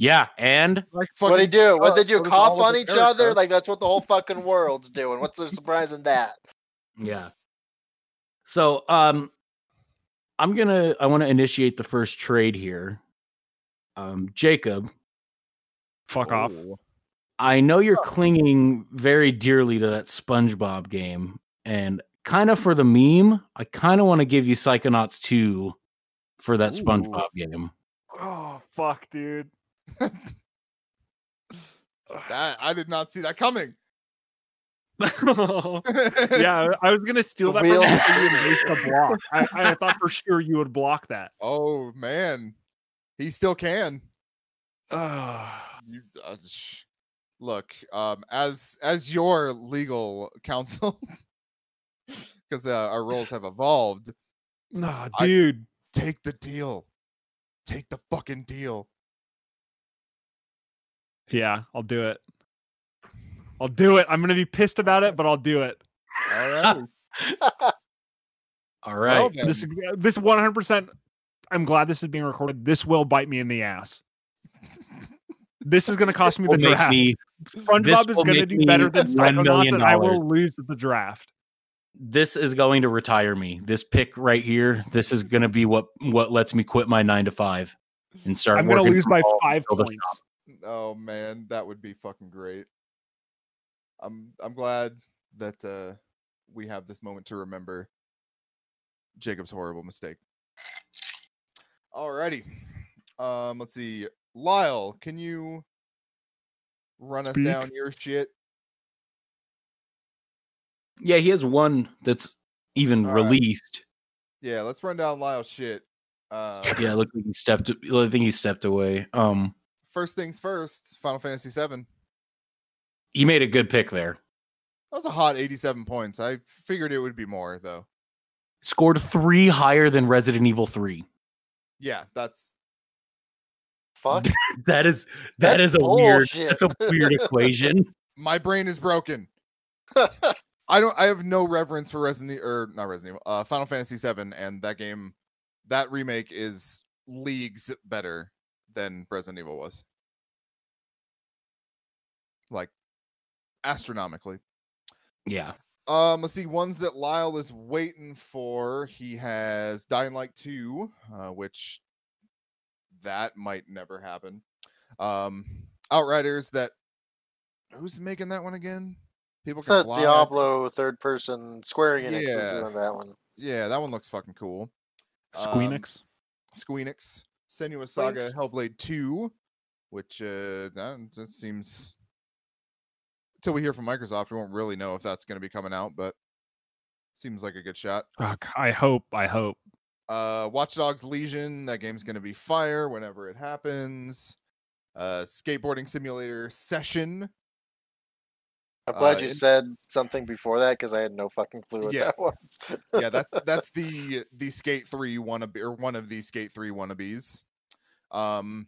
Speaker 1: yeah, and
Speaker 2: like
Speaker 3: What do you
Speaker 2: fucking
Speaker 3: do? What
Speaker 2: drugs.
Speaker 3: did you
Speaker 2: What is
Speaker 3: cough
Speaker 2: all of
Speaker 3: on each
Speaker 2: America?
Speaker 3: other? Like that's what the whole fucking world's doing. What's the surprise in that?
Speaker 1: Yeah. So um I'm gonna I wanna initiate the first trade here. Um Jacob,
Speaker 4: Fuck off.
Speaker 2: Oh,
Speaker 1: I know you're clinging very dearly to that SpongeBob game, and kind of for the meme, I kind of want to give you Psychonauts 2 for that
Speaker 4: Ooh.
Speaker 1: SpongeBob game.
Speaker 4: Oh fuck, dude.
Speaker 2: That I did not see that coming.
Speaker 4: yeah, I was gonna steal
Speaker 3: The
Speaker 4: that from you
Speaker 3: wheel.
Speaker 4: and waste a block. I, I thought for sure you would block that.
Speaker 2: Oh man, he still can.
Speaker 4: Ah,
Speaker 2: You, uh, sh- look, um, as as your legal counsel, because uh, our roles have evolved.
Speaker 4: nah,
Speaker 2: I-
Speaker 4: dude.
Speaker 2: Take the deal. Take the fucking deal.
Speaker 4: Yeah, I'll do it. I'll do it. I'm gonna be pissed about it, but I'll do it.
Speaker 2: All right.
Speaker 1: All
Speaker 2: well
Speaker 1: right.
Speaker 4: This
Speaker 2: then.
Speaker 4: this 100. percent I'm glad this is being recorded. This will bite me in the ass. This is gonna cost me the
Speaker 1: Will make
Speaker 4: draft.
Speaker 1: me- this
Speaker 4: SpongeBob is
Speaker 1: will
Speaker 4: gonna
Speaker 1: make
Speaker 4: do
Speaker 1: me
Speaker 4: better than
Speaker 1: $1
Speaker 4: Psychonauts, and I
Speaker 1: million.
Speaker 4: will lose the draft.
Speaker 1: this is going to retire me. This pick right here, this is going to be what what lets me quit my 9 to 5 and start
Speaker 4: I'm gonna
Speaker 1: working
Speaker 4: lose
Speaker 1: from
Speaker 4: by
Speaker 1: home
Speaker 4: five
Speaker 1: until the
Speaker 4: points.
Speaker 2: oh man, that would be fucking great. I'm I'm glad that uh, we have this moment to remember Jacob's horrible mistake. Alrighty, um, let's see. Lyle, can you run us
Speaker 4: Speak.
Speaker 2: down your shit?
Speaker 1: Yeah, he has one that's even
Speaker 2: All right.
Speaker 1: released.
Speaker 2: Yeah, let's run down Lyle's shit. Uh,
Speaker 1: Yeah, it looks like he stepped. I think he stepped away. Um,
Speaker 2: first things first. Final Fantasy VII.
Speaker 1: he made a good pick there.
Speaker 2: That was a hot 87 points. I figured it would be more though.
Speaker 1: Scored three higher than Resident Evil Three.
Speaker 2: Yeah, that's
Speaker 3: Fuck.
Speaker 1: That is that is
Speaker 3: That's
Speaker 1: a weird.
Speaker 3: bullshit.
Speaker 1: That's a weird equation.
Speaker 2: my brain is broken. I don't. I have no reverence for Resident E, or not Resident Evil. Uh, Final Fantasy VII, and that game, that remake is leagues better than Resident Evil was. Like, astronomically.
Speaker 1: Yeah,
Speaker 2: Um, let's see ones that Lyle is waiting for. He has Dying Light two, uh, which that might never happen. Um, Outriders. That who's making that one again? People
Speaker 3: It's
Speaker 2: can
Speaker 3: a
Speaker 2: fly.
Speaker 3: Diablo third person Square Enix
Speaker 2: Yeah.
Speaker 3: is doing that one.
Speaker 2: Yeah, that one looks fucking cool. Um,
Speaker 4: Squeenix.
Speaker 2: Squeenix, Senua Saga,
Speaker 3: Squeenix.
Speaker 2: Hellblade 2, which uh, that, that seems. Until we hear from Microsoft, we won't really know if that's going to be coming out, but seems like a good shot.
Speaker 4: Fuck, I hope. I hope.
Speaker 2: Uh, Watch Dogs Legion, that game's going to be fire whenever it happens. Uh, skateboarding Simulator Session,
Speaker 3: I'm
Speaker 2: Uh,
Speaker 3: glad you
Speaker 2: in-
Speaker 3: said something before that because I had no fucking clue what
Speaker 2: Yeah.
Speaker 3: that was.
Speaker 2: yeah, that's that's the the Skate Three wannabe or one of the Skate Three wannabes. Um,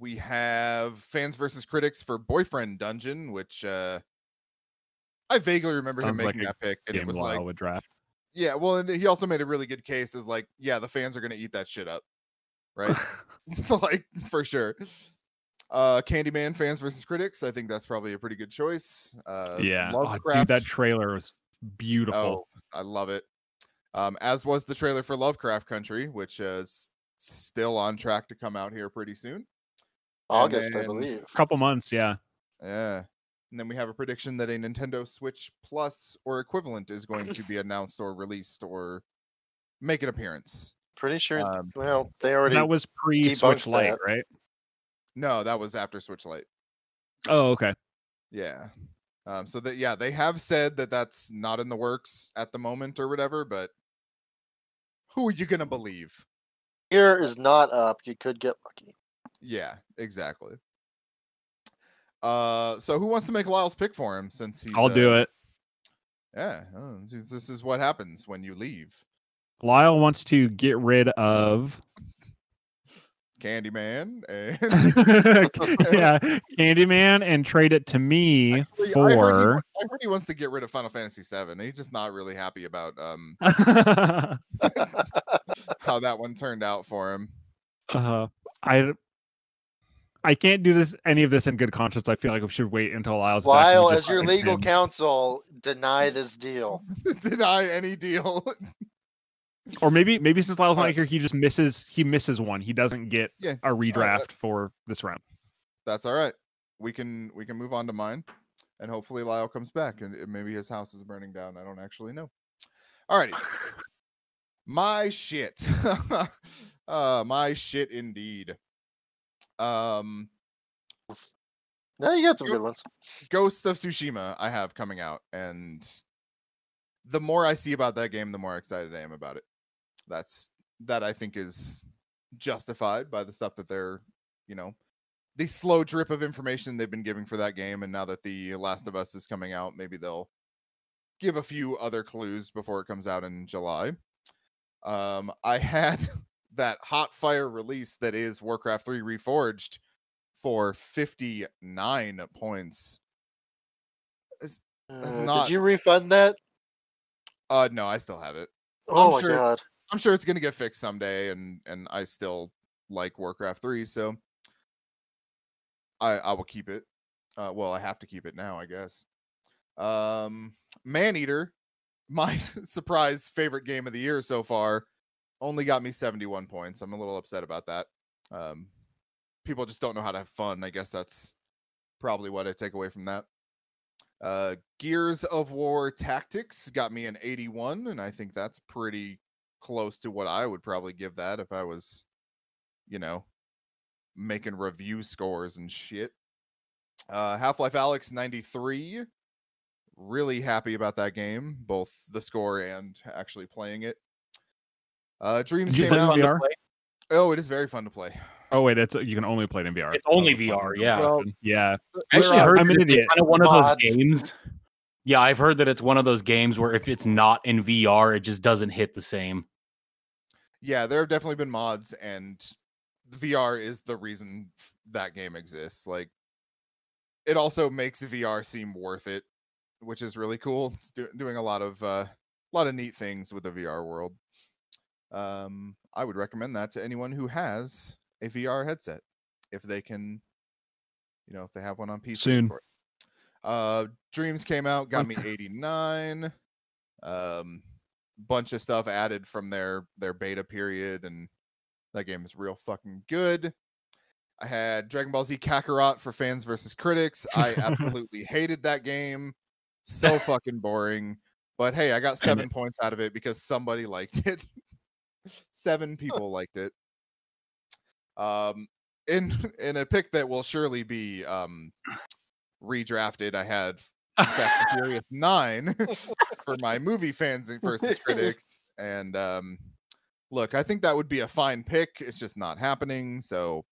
Speaker 2: we have fans versus critics for Boyfriend Dungeon, which uh, I vaguely remember him
Speaker 4: Sounds like
Speaker 2: making
Speaker 4: a
Speaker 2: that pick, and it
Speaker 4: Game
Speaker 2: was
Speaker 4: Lyle
Speaker 2: like,
Speaker 4: would draft.
Speaker 2: yeah, well, and he also made a really good case as like, yeah, the fans are gonna eat that shit up, right? like for sure. Uh, Candyman fans versus critics. I think that's probably a pretty good choice. Uh,
Speaker 4: yeah, Aw, dude,
Speaker 2: Lovecraft.
Speaker 4: that trailer was beautiful.
Speaker 2: Oh, I love it. Um, as was the trailer for Lovecraft Country, which is still on track to come out here pretty soon.
Speaker 3: August, I
Speaker 2: then-
Speaker 3: believe.
Speaker 4: A couple months, yeah.
Speaker 2: Yeah. And then we have a prediction that a Nintendo Switch Plus or equivalent is going to be announced or released or make an appearance.
Speaker 3: Pretty sure.
Speaker 2: Um,
Speaker 3: well, they already.
Speaker 4: That was pre
Speaker 3: debunked
Speaker 4: Switch Lite,
Speaker 3: that.
Speaker 4: right?
Speaker 2: No, that was after Switch Lite.
Speaker 4: Oh, okay.
Speaker 2: Yeah. Um, so that yeah, they have said that that's not in the works at the moment or whatever, but who are you gonna believe?
Speaker 3: Year is not up. You could get lucky.
Speaker 2: Yeah, exactly. Uh, so who wants to make Lyle's pick for him? Since he's, uh,
Speaker 4: I'll do it.
Speaker 2: Yeah, oh, this is- this is what happens when you leave,
Speaker 4: Lyle wants to get rid of
Speaker 2: Candyman.
Speaker 4: yeah,
Speaker 2: And
Speaker 4: Candyman and trade it to me
Speaker 2: Actually, I, heard he, wa-
Speaker 4: for
Speaker 2: I heard he wants to get rid of Final Fantasy VII. He's just not really happy about um
Speaker 4: uh,
Speaker 2: how that one turned out for him.
Speaker 4: Uh-huh. I I can't do this any of this in good conscience. I feel like we should wait until Lyle's back and we
Speaker 3: Lyle,
Speaker 4: just
Speaker 3: as your
Speaker 4: trade
Speaker 3: legal
Speaker 4: him.
Speaker 3: counsel, deny this deal.
Speaker 2: Deny any deal.
Speaker 4: or maybe maybe since Lyle's not
Speaker 2: Alright.
Speaker 4: here, he just misses he misses one. He doesn't get
Speaker 2: Yeah,
Speaker 4: a redraft
Speaker 2: that's-
Speaker 4: for this round.
Speaker 2: That's all right. We can we can move on to mine, and hopefully Lyle comes back, and and maybe his house is burning down. I don't actually know. All righty. my shit uh my shit indeed um
Speaker 3: No, you got some good ones.
Speaker 2: Ghost of Tsushima I have coming out, and the more I see about that game, the more excited I am about it. That's that I think is justified by the stuff that they're, you know, the slow drip of information they've been giving for that game, and now that the Last of Us is coming out, maybe they'll give a few other clues before it comes out in July. Um, I had that hot fire release that is Warcraft 3 Reforged for 59 points. That's
Speaker 3: Uh,
Speaker 2: not-
Speaker 3: Did you refund that?
Speaker 2: Uh no, I still have it.
Speaker 3: Oh my
Speaker 2: sure-
Speaker 3: god.
Speaker 2: I'm sure it's gonna get fixed someday, and and I still like Warcraft three, so I I will keep it. Uh, well, I have to keep it now, I guess. Um, Man Eater, my surprise favorite game of the year so far, only got me 71 points. I'm a little upset about that. Um, people just don't know how to have fun. I guess that's probably what I take away from that. Uh, Gears of War Tactics got me an 81, and I think that's pretty close to what I would probably give that if I was, you know, making review scores and shit. Uh, Half Life Alex 93. Really happy about that game, both the score and actually playing it. Uh, Dreams
Speaker 4: Did you
Speaker 2: came
Speaker 4: say
Speaker 2: out.
Speaker 4: fun to VR?
Speaker 1: play?
Speaker 2: Oh, it is very fun to play.
Speaker 4: Oh wait, it's you can only play it in VR.
Speaker 1: It's only
Speaker 4: Oh, fucking
Speaker 1: VR, yeah.
Speaker 3: Well,
Speaker 4: Yeah.
Speaker 1: I actually
Speaker 2: There are-
Speaker 1: heard
Speaker 4: I'm
Speaker 1: that
Speaker 4: an
Speaker 1: it's
Speaker 4: idiot.
Speaker 1: kind of one of those
Speaker 3: Mods.
Speaker 1: games. Yeah, I've heard that it's one of those games where if it's not in VR, it just doesn't hit the same.
Speaker 2: yeah, there have definitely been mods, and VR is the reason f- that game exists. Like, it also makes VR seem worth it, which is really cool. It's do- doing a lot of uh, a lot of neat things with the VR world. Um, I would recommend that to anyone who has a VR headset, if they can, you know, if they have one on PC. of
Speaker 4: Soon.
Speaker 2: course. Uh, Dreams came out, got
Speaker 4: Um,
Speaker 2: me eighty nine. Um, bunch of stuff added from their their beta period, and that game is real fucking good. I had Dragon Ball Z Kakarot for fans versus critics. I absolutely hated that game. So fucking boring. But hey, I got
Speaker 1: Damn
Speaker 2: seven points out of it because somebody liked it. seven people liked it. Um, in in a pick that will surely be um redrafted, I had Fast and Furious Nine for my movie fans and versus critics. And um, look, I think that would be a fine pick. It's just not happening. So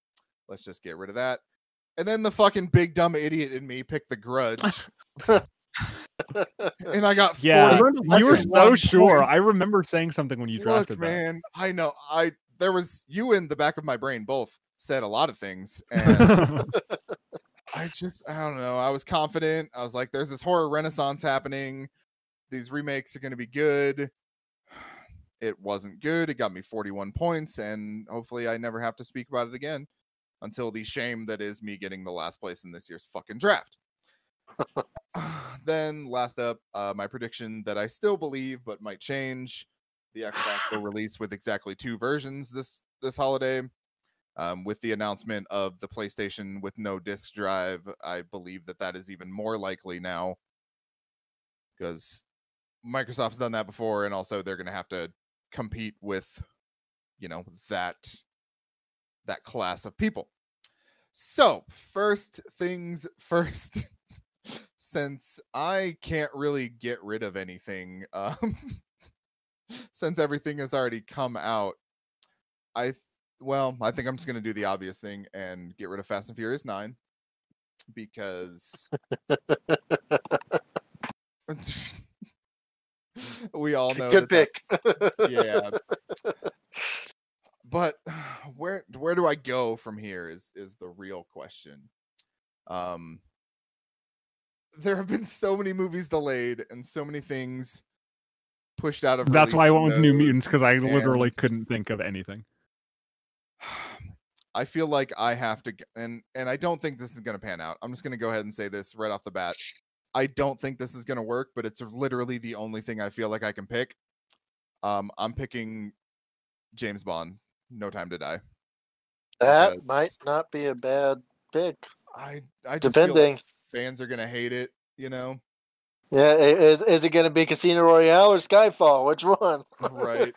Speaker 2: let's just get rid of that. And then the fucking big dumb idiot in me picked the grudge. and I got
Speaker 4: Yeah.
Speaker 2: 40.
Speaker 4: You were
Speaker 2: Listen,
Speaker 4: so
Speaker 2: one
Speaker 4: sure.
Speaker 2: point.
Speaker 4: I remember saying something when you drafted
Speaker 2: Look, man, I know. I there was you in the back of my brain both said a lot of things and
Speaker 4: that.
Speaker 2: I just I don't know. I was confident. I was like, there's this horror renaissance happening. These remakes are gonna be good. It wasn't good. It got me 41 points, and hopefully I never have to speak about it again until the shame that is me getting the last place in this year's fucking draft. then last up, uh, my prediction that I still believe but might change. The Xbox will release with exactly two versions this this holiday um, with the announcement of the PlayStation with no disk drive, I believe that that is even more likely now because Microsoft's done that before, and also they're going to have to compete with, you know, that that class of people. So first things first. since I can't really get rid of anything, um, since everything has already come out, I th- well, I think I'm just gonna do the obvious thing and get rid of Fast and Furious Nine because we all know
Speaker 3: good
Speaker 2: that that's-
Speaker 3: pick.
Speaker 2: yeah. But where where do I go from here is is the real question. Um there have been so many movies delayed and so many things pushed out of
Speaker 4: That's why I
Speaker 2: release
Speaker 4: went with New
Speaker 2: windows.
Speaker 4: Mutants because I literally
Speaker 2: and-
Speaker 4: couldn't think of anything.
Speaker 2: I feel like I have to g- and and I don't think this is going to pan out. I'm just going to go ahead and say this right off the bat. I don't think this is going to work, but it's literally the only thing I feel like I can pick. Um I'm picking James Bond, No Time to Die.
Speaker 3: that
Speaker 2: because-
Speaker 3: might not be a bad pick,
Speaker 2: I I just feel like
Speaker 3: depending.
Speaker 2: fans are going to hate it, you know.
Speaker 3: Yeah, i- is, is it going to be Casino Royale or Skyfall? Which one?
Speaker 2: Right.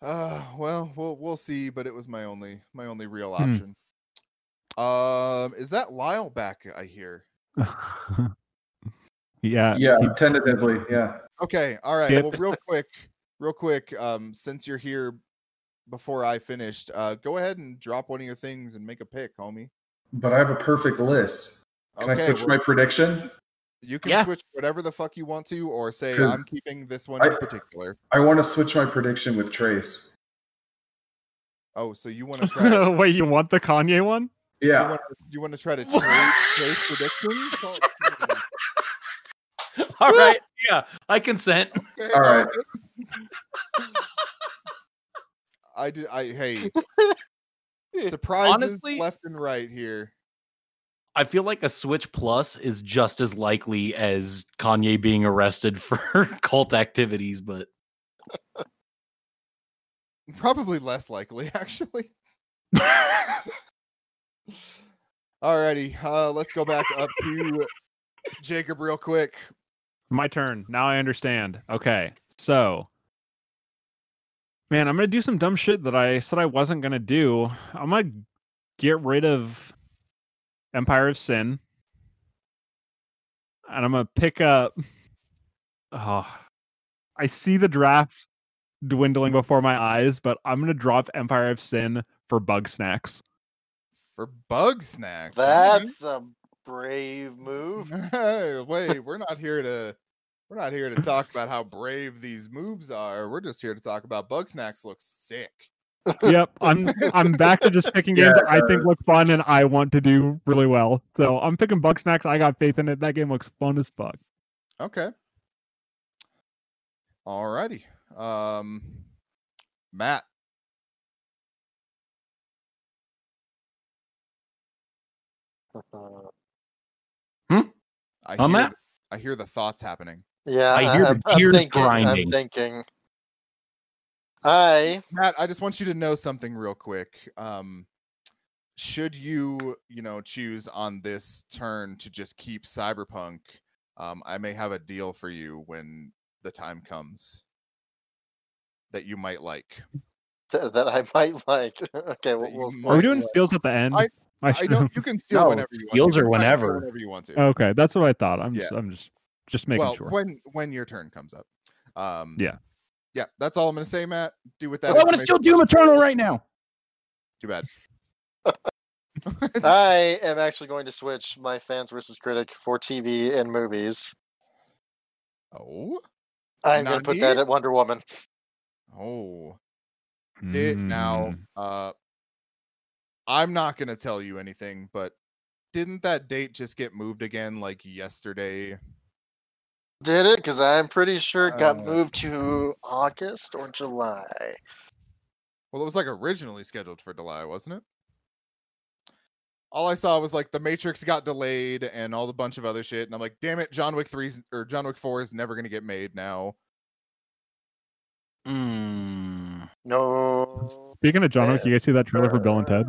Speaker 2: Uh well, we'll we'll see, but it was my only my only real
Speaker 4: Hmm.
Speaker 2: option. Um, is that Lyle back? I hear.
Speaker 4: yeah.
Speaker 5: Yeah, tentatively. Yeah.
Speaker 2: Okay, all right.
Speaker 4: Skip.
Speaker 2: Well, real quick, real quick. Um, since you're here before I finished, uh, go ahead and drop one of your things and make a pick, homie.
Speaker 5: But I have a perfect list. Can I
Speaker 2: Okay,
Speaker 5: switch
Speaker 2: well,
Speaker 5: my prediction?
Speaker 2: you can
Speaker 1: Yeah.
Speaker 2: switch whatever the fuck you want to, or say
Speaker 5: 'Cause
Speaker 2: I'm keeping this one
Speaker 5: I-
Speaker 2: in particular.
Speaker 5: I want to switch my prediction with Trace.
Speaker 2: Oh, so you want to try? to-
Speaker 4: Wait, you want the Kanye one?
Speaker 2: You
Speaker 5: Yeah.
Speaker 2: want, you want to try to trade, trade predictions? Oh, hmm,
Speaker 1: All right. Yeah, I consent.
Speaker 2: okay,
Speaker 5: All right.
Speaker 2: I did. I hey. Surprises
Speaker 1: Honestly-
Speaker 2: left and right here.
Speaker 1: I feel like a Switch Plus is just as likely as Kanye being arrested for cult activities, but
Speaker 2: Probably less likely, actually. Alrighty, uh, let's go back up to Jacob real quick.
Speaker 4: My turn. Now I understand. Okay. So, man, I'm going to do some dumb shit that I said I wasn't going to do. I'm going to get rid of Empire of Sin. And I'm going to pick up. Oh, I see the draft dwindling before my eyes, but I'm going to drop Empire of Sin for Bug Snacks.
Speaker 2: For bug snacks.
Speaker 3: That's a brave move.
Speaker 2: Hey, wait, we're not here to we're not here to talk about how brave these moves are. We're just here to talk about bug snacks looks sick.
Speaker 4: yep, I'm I'm back to just picking games
Speaker 5: Yeah,
Speaker 4: I think look fun and I want to do really well. So I'm picking Buck Snacks. I got faith in it. That game looks fun as fuck.
Speaker 2: Okay. Alrighty. Um Matt. I
Speaker 1: Oh,
Speaker 2: hear
Speaker 1: Matt?
Speaker 2: th- I hear the thoughts happening.
Speaker 3: Yeah,
Speaker 1: I hear the
Speaker 3: I'm- I'm
Speaker 1: gears
Speaker 3: thinking,
Speaker 1: grinding.
Speaker 3: I'm thinking. I
Speaker 2: Matt, I just want you to know something real quick. Um, should you, you know, choose on this turn to just keep Cyberpunk, um, I may have a deal for you when the time comes that you might like.
Speaker 3: th- that I might like. okay,
Speaker 2: That
Speaker 3: well,
Speaker 2: you
Speaker 3: we'll
Speaker 4: Are we
Speaker 2: might
Speaker 4: doing
Speaker 2: like.
Speaker 4: steals at the end?
Speaker 2: I- I
Speaker 4: should-
Speaker 2: know you can steal
Speaker 1: No,
Speaker 2: whenever you want.
Speaker 1: steals
Speaker 2: You
Speaker 1: are
Speaker 2: can try and steal
Speaker 1: whenever.
Speaker 2: whenever you want to.
Speaker 4: okay, that's what I thought. I'm
Speaker 2: Yeah.
Speaker 4: just I'm just just making
Speaker 2: well,
Speaker 4: Oh, sure.
Speaker 2: when when your turn comes up. Um,
Speaker 4: Yeah.
Speaker 2: yeah, that's all I'm gonna say, Matt. Do with that.
Speaker 1: But I want to
Speaker 2: information
Speaker 1: still
Speaker 2: what you
Speaker 1: Doom
Speaker 2: want.
Speaker 1: Eternal right now.
Speaker 2: Too bad.
Speaker 3: I am actually going to switch my fans versus critic for TV and movies.
Speaker 2: Oh,
Speaker 3: I'm going to put that
Speaker 2: Nani?
Speaker 3: at Wonder Woman.
Speaker 2: oh. did now
Speaker 4: Mm.
Speaker 2: uh i'm not gonna tell you anything but didn't that date just get moved again like yesterday
Speaker 3: Did it? Because I'm pretty sure it got
Speaker 5: Uh,
Speaker 3: moved to August or July.
Speaker 2: well it was like originally scheduled for july wasn't it all i saw was like the matrix got delayed and all the bunch of other shit and i'm like damn it john wick 3's or john wick 4 is never gonna get made now
Speaker 1: Mm.
Speaker 3: No.
Speaker 4: Speaking of John Wick, you guys see that trailer for Bill and Ted?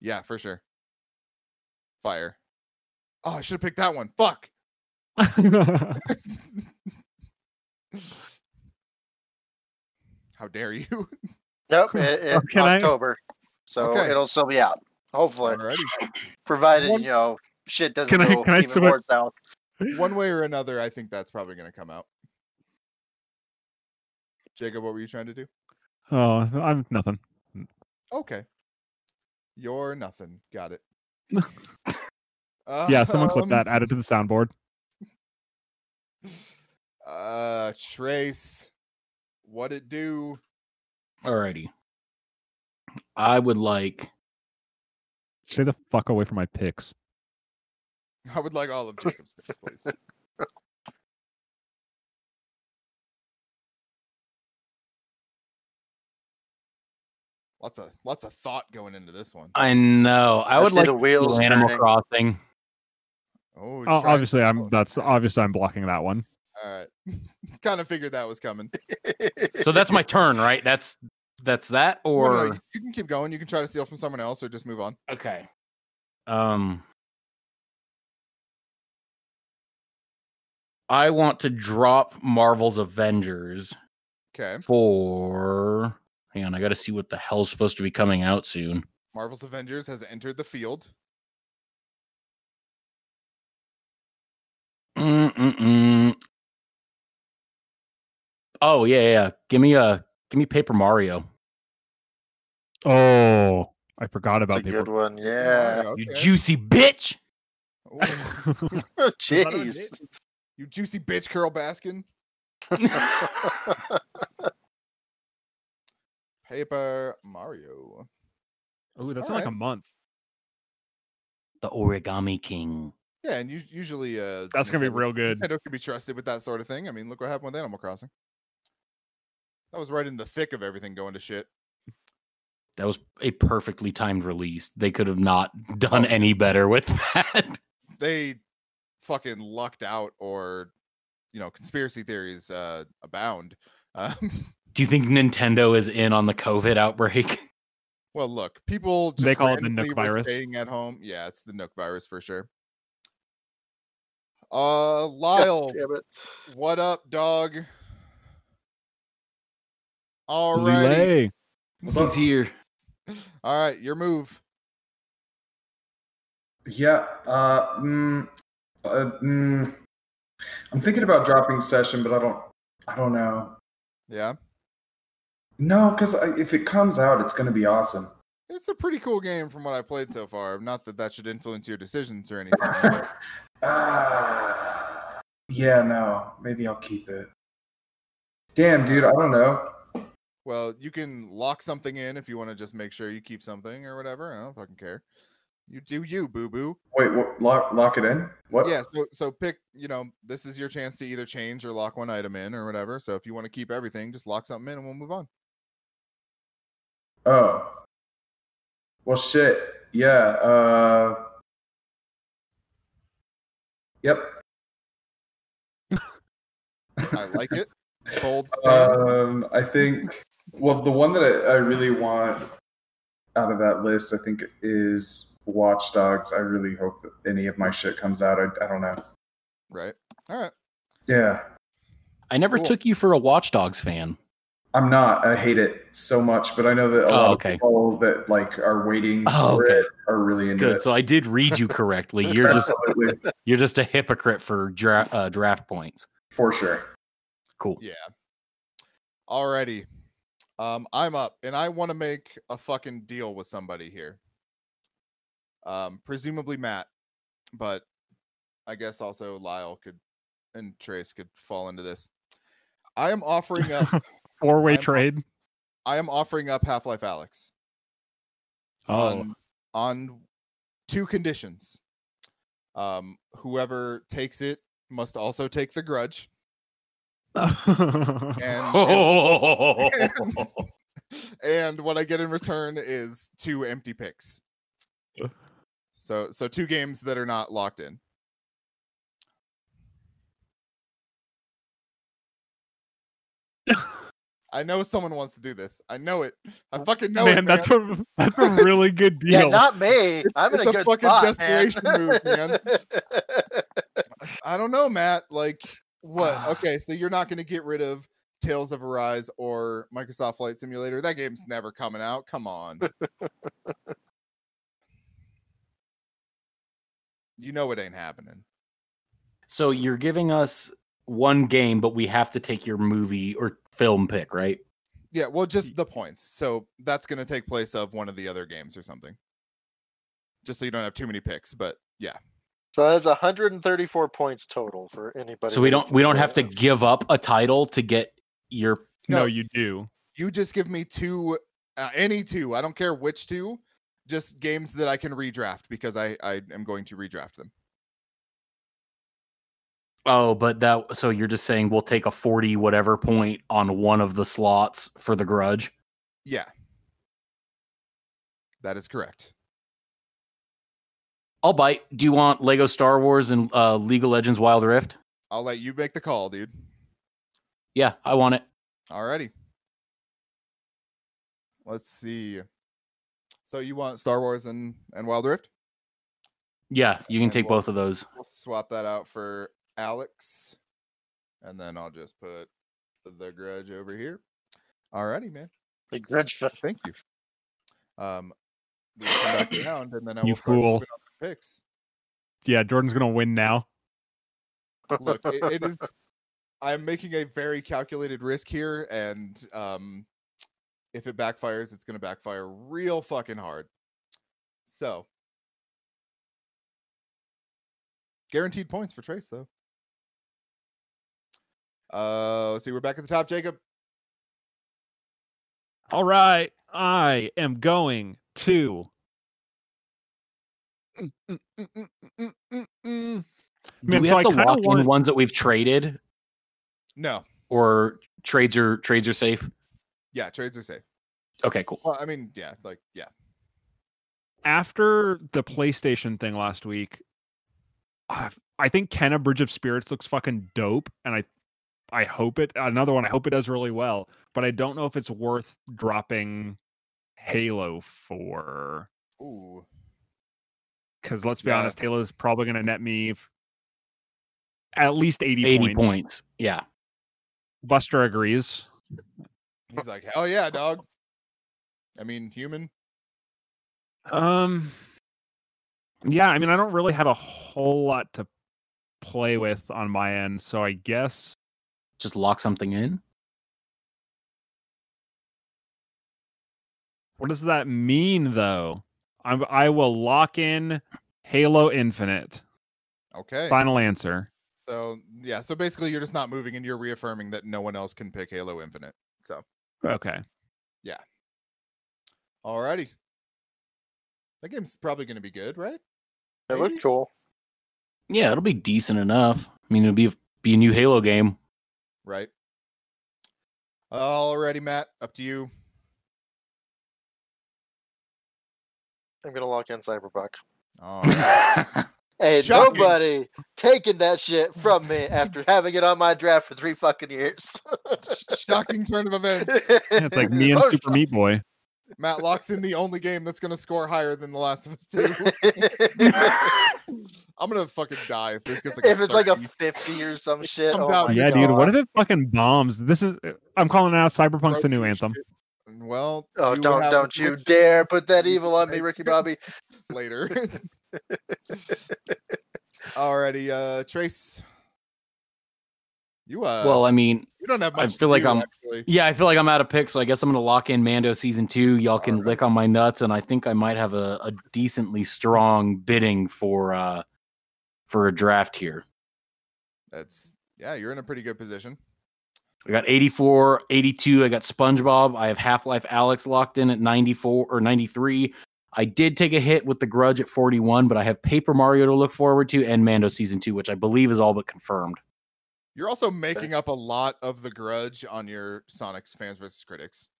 Speaker 2: yeah for sure fire oh i should have picked that one fuck how dare you
Speaker 3: Nope, it, it,
Speaker 4: Can I-
Speaker 3: October. So
Speaker 2: Okay.
Speaker 3: it'll still be out, hopefully,
Speaker 2: Alrighty.
Speaker 3: provided
Speaker 2: One-
Speaker 3: you know shit doesn't
Speaker 4: Can I-
Speaker 3: go
Speaker 4: can I
Speaker 3: even
Speaker 4: switch-
Speaker 3: more south.
Speaker 2: one way or another, I think that's probably going to come out. Jacob, what were you trying to do?
Speaker 4: oh, I'm nothing.
Speaker 2: Okay. You're nothing. Got it.
Speaker 4: Yeah, someone clip
Speaker 2: Um,
Speaker 4: that. Add it to the soundboard.
Speaker 2: Uh, Trace, what it do?
Speaker 1: Alrighty. I would like.
Speaker 4: Stay the fuck away from my picks.
Speaker 2: I would like all of Jacob's picks, please. Lots of lots of thought going into this one.
Speaker 1: I know. I,
Speaker 3: I
Speaker 1: would
Speaker 3: see
Speaker 1: like
Speaker 3: the
Speaker 1: to do
Speaker 3: wheels
Speaker 1: Animal
Speaker 3: turning.
Speaker 1: Crossing.
Speaker 2: Oh,
Speaker 4: Oh,
Speaker 2: try-
Speaker 4: obviously, I'm
Speaker 2: oh,
Speaker 4: that's
Speaker 2: try-
Speaker 4: obviously I'm blocking that one.
Speaker 2: All right. kind of uh, figured that was coming.
Speaker 1: So that's my turn, right? That's that's that,
Speaker 2: No,
Speaker 1: or
Speaker 2: no, you- you can keep going. You can try to steal from someone else or just move on.
Speaker 1: Okay. Um I want to drop Marvel's Avengers
Speaker 2: Okay.
Speaker 1: for hang on, I gotta see what the hell's supposed to be coming out soon.
Speaker 2: Marvel's Avengers has entered the field.
Speaker 1: Mm-mm-mm. Oh yeah, yeah, yeah. Give me a give me Paper Mario.
Speaker 4: Oh, I forgot
Speaker 3: That's a
Speaker 4: about
Speaker 3: good
Speaker 4: paper.
Speaker 3: one. Yeah.
Speaker 1: You
Speaker 2: Okay.
Speaker 1: juicy bitch.
Speaker 2: Ooh,
Speaker 3: Jeez.
Speaker 2: you juicy bitch, Carol Baskin. Paper Mario.
Speaker 4: oh, that's in like
Speaker 2: Alright.
Speaker 4: a month.
Speaker 1: The Origami King.
Speaker 2: Yeah, and you, usually uh,
Speaker 4: That's gonna be
Speaker 2: Nintendo-
Speaker 4: real good.
Speaker 2: Nintendo can be trusted with that sort of thing. I mean, look what happened with Animal Crossing. That was right in the thick of everything going to shit.
Speaker 1: That was a perfectly timed release. They could have not done any better with that.
Speaker 2: They fucking lucked out, or you know, conspiracy theories uh, abound. Um,
Speaker 1: Do you think Nintendo is in on the COVID outbreak?
Speaker 2: well, look, people just
Speaker 4: They call it the
Speaker 2: randomly
Speaker 4: Nook
Speaker 2: were
Speaker 4: virus.
Speaker 2: Staying at home, yeah, it's the Nook virus for sure. Uh, Lyle,
Speaker 3: Damn it.
Speaker 2: what up, dog? All right,
Speaker 4: Relay.
Speaker 1: He's here.
Speaker 2: all right, your move.
Speaker 5: Yeah. Uh, mm, uh, mm, I'm thinking about dropping session, but I don't. I don't know.
Speaker 2: Yeah,
Speaker 5: No, because if it comes out, it's going to be awesome.
Speaker 2: It's a pretty cool game from what I played so far. Not that that should influence your decisions or anything. but
Speaker 5: Ah, yeah. No, maybe I'll keep it. Damn, dude. I don't know.
Speaker 2: well, you can lock something in if you want to just make sure you keep something or whatever. I don't fucking care. You do you, boo boo.
Speaker 5: Wait. What, lock lock it in. What?
Speaker 2: Yeah. So so pick. You know, this is your chance to either change or lock one item in or whatever. So if you want to keep everything, just lock something in and we'll move on.
Speaker 5: Oh. Well, shit. Yeah. Uh. Yep.
Speaker 2: I like it. Bold. stance.
Speaker 5: Um, I think. Well, the one that I, I really want out of that list, I think, is Watch Dogs. I really hope that any of my shit comes out. I, I don't know.
Speaker 2: right. All right.
Speaker 5: Yeah,
Speaker 1: I never
Speaker 2: Cool.
Speaker 1: took you for a Watch Dogs fan.
Speaker 5: I'm not. I hate it so much, but I know that a lot
Speaker 1: Oh, okay.
Speaker 5: of people that like are waiting
Speaker 1: Oh,
Speaker 5: for
Speaker 1: okay.
Speaker 5: it are really into
Speaker 1: Good.
Speaker 5: it.
Speaker 1: So I did read you correctly. You're just
Speaker 5: Absolutely,
Speaker 1: you're just a hypocrite for dra- uh, draft points.
Speaker 5: for sure.
Speaker 1: Cool.
Speaker 2: Yeah. Alrighty. Um, I'm up and I want to make a fucking deal with somebody here. Um, presumably Matt, but I guess also Lyle could and Trace could fall into this. I am offering up
Speaker 4: Four way
Speaker 2: I'm-
Speaker 4: trade.
Speaker 2: I am offering up Half-Life Alex
Speaker 4: Oh.
Speaker 2: on on two conditions. Um, whoever takes it must also take the grudge. And, and
Speaker 4: Oh,
Speaker 2: and what I get in return is two empty picks. So so two games that are not locked in. I know someone wants to do this. I know it. I fucking know it.
Speaker 4: man, that's a that's a really good
Speaker 3: Yeah,
Speaker 4: deal.
Speaker 3: not me. I'm in
Speaker 2: it's
Speaker 3: a
Speaker 2: a
Speaker 3: good
Speaker 2: fucking
Speaker 3: spot,
Speaker 2: desperation
Speaker 3: man.
Speaker 2: move, man. I don't know, Matt. Like what?
Speaker 1: Ah.
Speaker 2: Okay, so you're not going to get rid of Tales of Arise or Microsoft Flight Simulator. That game's never coming out. Come on. you know it ain't happening.
Speaker 1: so you're giving us one game, but we have to take your movie or film pick, right?
Speaker 2: Yeah, well, just the points. So that's going to take place of one of the other games or something. Just so you don't have too many picks, but yeah.
Speaker 3: so that's 134 points total for anybody.
Speaker 1: so we
Speaker 3: that
Speaker 1: don't we don't have to
Speaker 3: considers.
Speaker 1: give up a title to get your
Speaker 4: no,
Speaker 2: No.
Speaker 4: you do.
Speaker 2: You just give me two, uh, any two. I don't care which two. Just games that I can redraft because I I am going to redraft them.
Speaker 1: oh, but that so you're just saying we'll take a 40 whatever point on one of the slots for the grudge.
Speaker 2: Yeah. That is correct.
Speaker 1: I'll bite. Do you want Lego Star Wars and uh, League of Legends Wild Rift?
Speaker 2: I'll let you make the call, dude.
Speaker 1: Yeah, I want it.
Speaker 2: Alrighty. Let's see. So you want Star Wars and, and Wild Rift?
Speaker 1: Yeah, you can
Speaker 2: And
Speaker 1: take
Speaker 2: we'll-
Speaker 1: both of those.
Speaker 2: We'll swap that out for Alex. And then I'll just put the grudge over here. Alrighty, man.
Speaker 3: The grudge.
Speaker 2: Thank you. Um we'll come back around, and then I
Speaker 4: You
Speaker 2: will start
Speaker 4: fool.
Speaker 2: moving on the picks.
Speaker 4: Yeah, Jordan's gonna win now.
Speaker 2: Look, it, it is. I'm making a very calculated risk here, and um, if it backfires, it's going to backfire real fucking hard. So, guaranteed points for Trace, though. Uh, let's see. We're back at the top, Jacob.
Speaker 4: All right, I am going to. Mm, mm, mm, mm, mm, mm, mm.
Speaker 1: Do
Speaker 4: Man,
Speaker 1: we
Speaker 4: so
Speaker 1: have
Speaker 4: I
Speaker 1: to
Speaker 4: kinda
Speaker 1: lock in
Speaker 4: want-
Speaker 1: ones that we've traded,
Speaker 2: No,
Speaker 1: or trades are trades are safe?
Speaker 2: yeah, trades are safe.
Speaker 1: Okay, cool.
Speaker 2: Well, I mean, yeah, like, yeah,
Speaker 4: After the PlayStation thing last week, I I think Kenna Bridge of Spirits looks fucking dope, and I, I hope it. Another one, I hope it does really well, but I don't know if it's worth dropping Halo for.
Speaker 2: ooh,
Speaker 4: because let's be
Speaker 2: Yeah.
Speaker 4: honest, Halo's probably going to net me f- at least 80,
Speaker 1: Eighty
Speaker 4: points.
Speaker 1: points. Yeah.
Speaker 4: Buster agrees.
Speaker 2: he's like, hell yeah, dog. I mean, human.
Speaker 4: Um, yeah, I mean, I don't really have a whole lot to play with on my end, so I guess
Speaker 1: Just lock something in.
Speaker 4: what does that mean though? I'm, I will lock in Halo Infinite.
Speaker 2: Okay.
Speaker 4: Final answer.
Speaker 2: So yeah, so basically you're just not moving and you're reaffirming that no one else can pick Halo Infinite. So
Speaker 4: Okay.
Speaker 2: alrighty. That game's probably gonna be good, right?
Speaker 3: It
Speaker 2: Maybe?
Speaker 3: looked cool.
Speaker 1: Yeah, it'll be decent enough. I mean, it'll be be a new Halo game.
Speaker 2: Right. Alrighty, Matt, up to you.
Speaker 3: I'm gonna lock in Cyberpunk.
Speaker 2: Oh,
Speaker 3: Hey,
Speaker 2: Shocking.
Speaker 3: nobody taking that shit from me after having it on my draft for three fucking years.
Speaker 2: shocking turn of events.
Speaker 4: It's like me and
Speaker 3: Oh,
Speaker 4: Super Meat Boy.
Speaker 2: Matt locks in the only game that's gonna score higher than The Last of Us 2. I'm gonna fucking die if this gets like
Speaker 3: if
Speaker 2: a
Speaker 3: it's like a
Speaker 2: 30.
Speaker 3: 50 or some shit.
Speaker 2: comes
Speaker 3: Oh
Speaker 2: out
Speaker 3: my
Speaker 4: yeah, dude.
Speaker 3: God.
Speaker 4: What if it fucking bombs? This is I'm calling out Cyberpunk's the new
Speaker 2: Broken
Speaker 4: anthem.
Speaker 2: shit. Well,
Speaker 3: Oh,
Speaker 2: you
Speaker 3: don't
Speaker 2: have
Speaker 3: don't you
Speaker 2: affliction
Speaker 3: dare put that evil on me,
Speaker 2: Right.
Speaker 3: Ricky Bobby.
Speaker 2: later. Alrighty, uh Trace. You uh
Speaker 1: well, I mean,
Speaker 2: You don't have
Speaker 1: I
Speaker 2: much. to
Speaker 1: feel like
Speaker 2: do,
Speaker 1: I'm-
Speaker 2: actually.
Speaker 1: yeah, I feel like I'm out of picks, so I guess I'm gonna lock in Mando season two. Y'all can
Speaker 2: Alright.
Speaker 1: lick on my nuts, and I think I might have a, a decently strong bidding for uh for a draft here.
Speaker 2: That's yeah. You're in a pretty good position.
Speaker 1: I got 84, 82. I got SpongeBob. I have Half Life Alex locked in at 94 or 93. I did take a hit with The Grudge at 41, but I have Paper Mario to look forward to and Mando Season 2, which I believe is all but confirmed.
Speaker 2: You're also making up a lot of the grudge on your Sonic fans versus critics.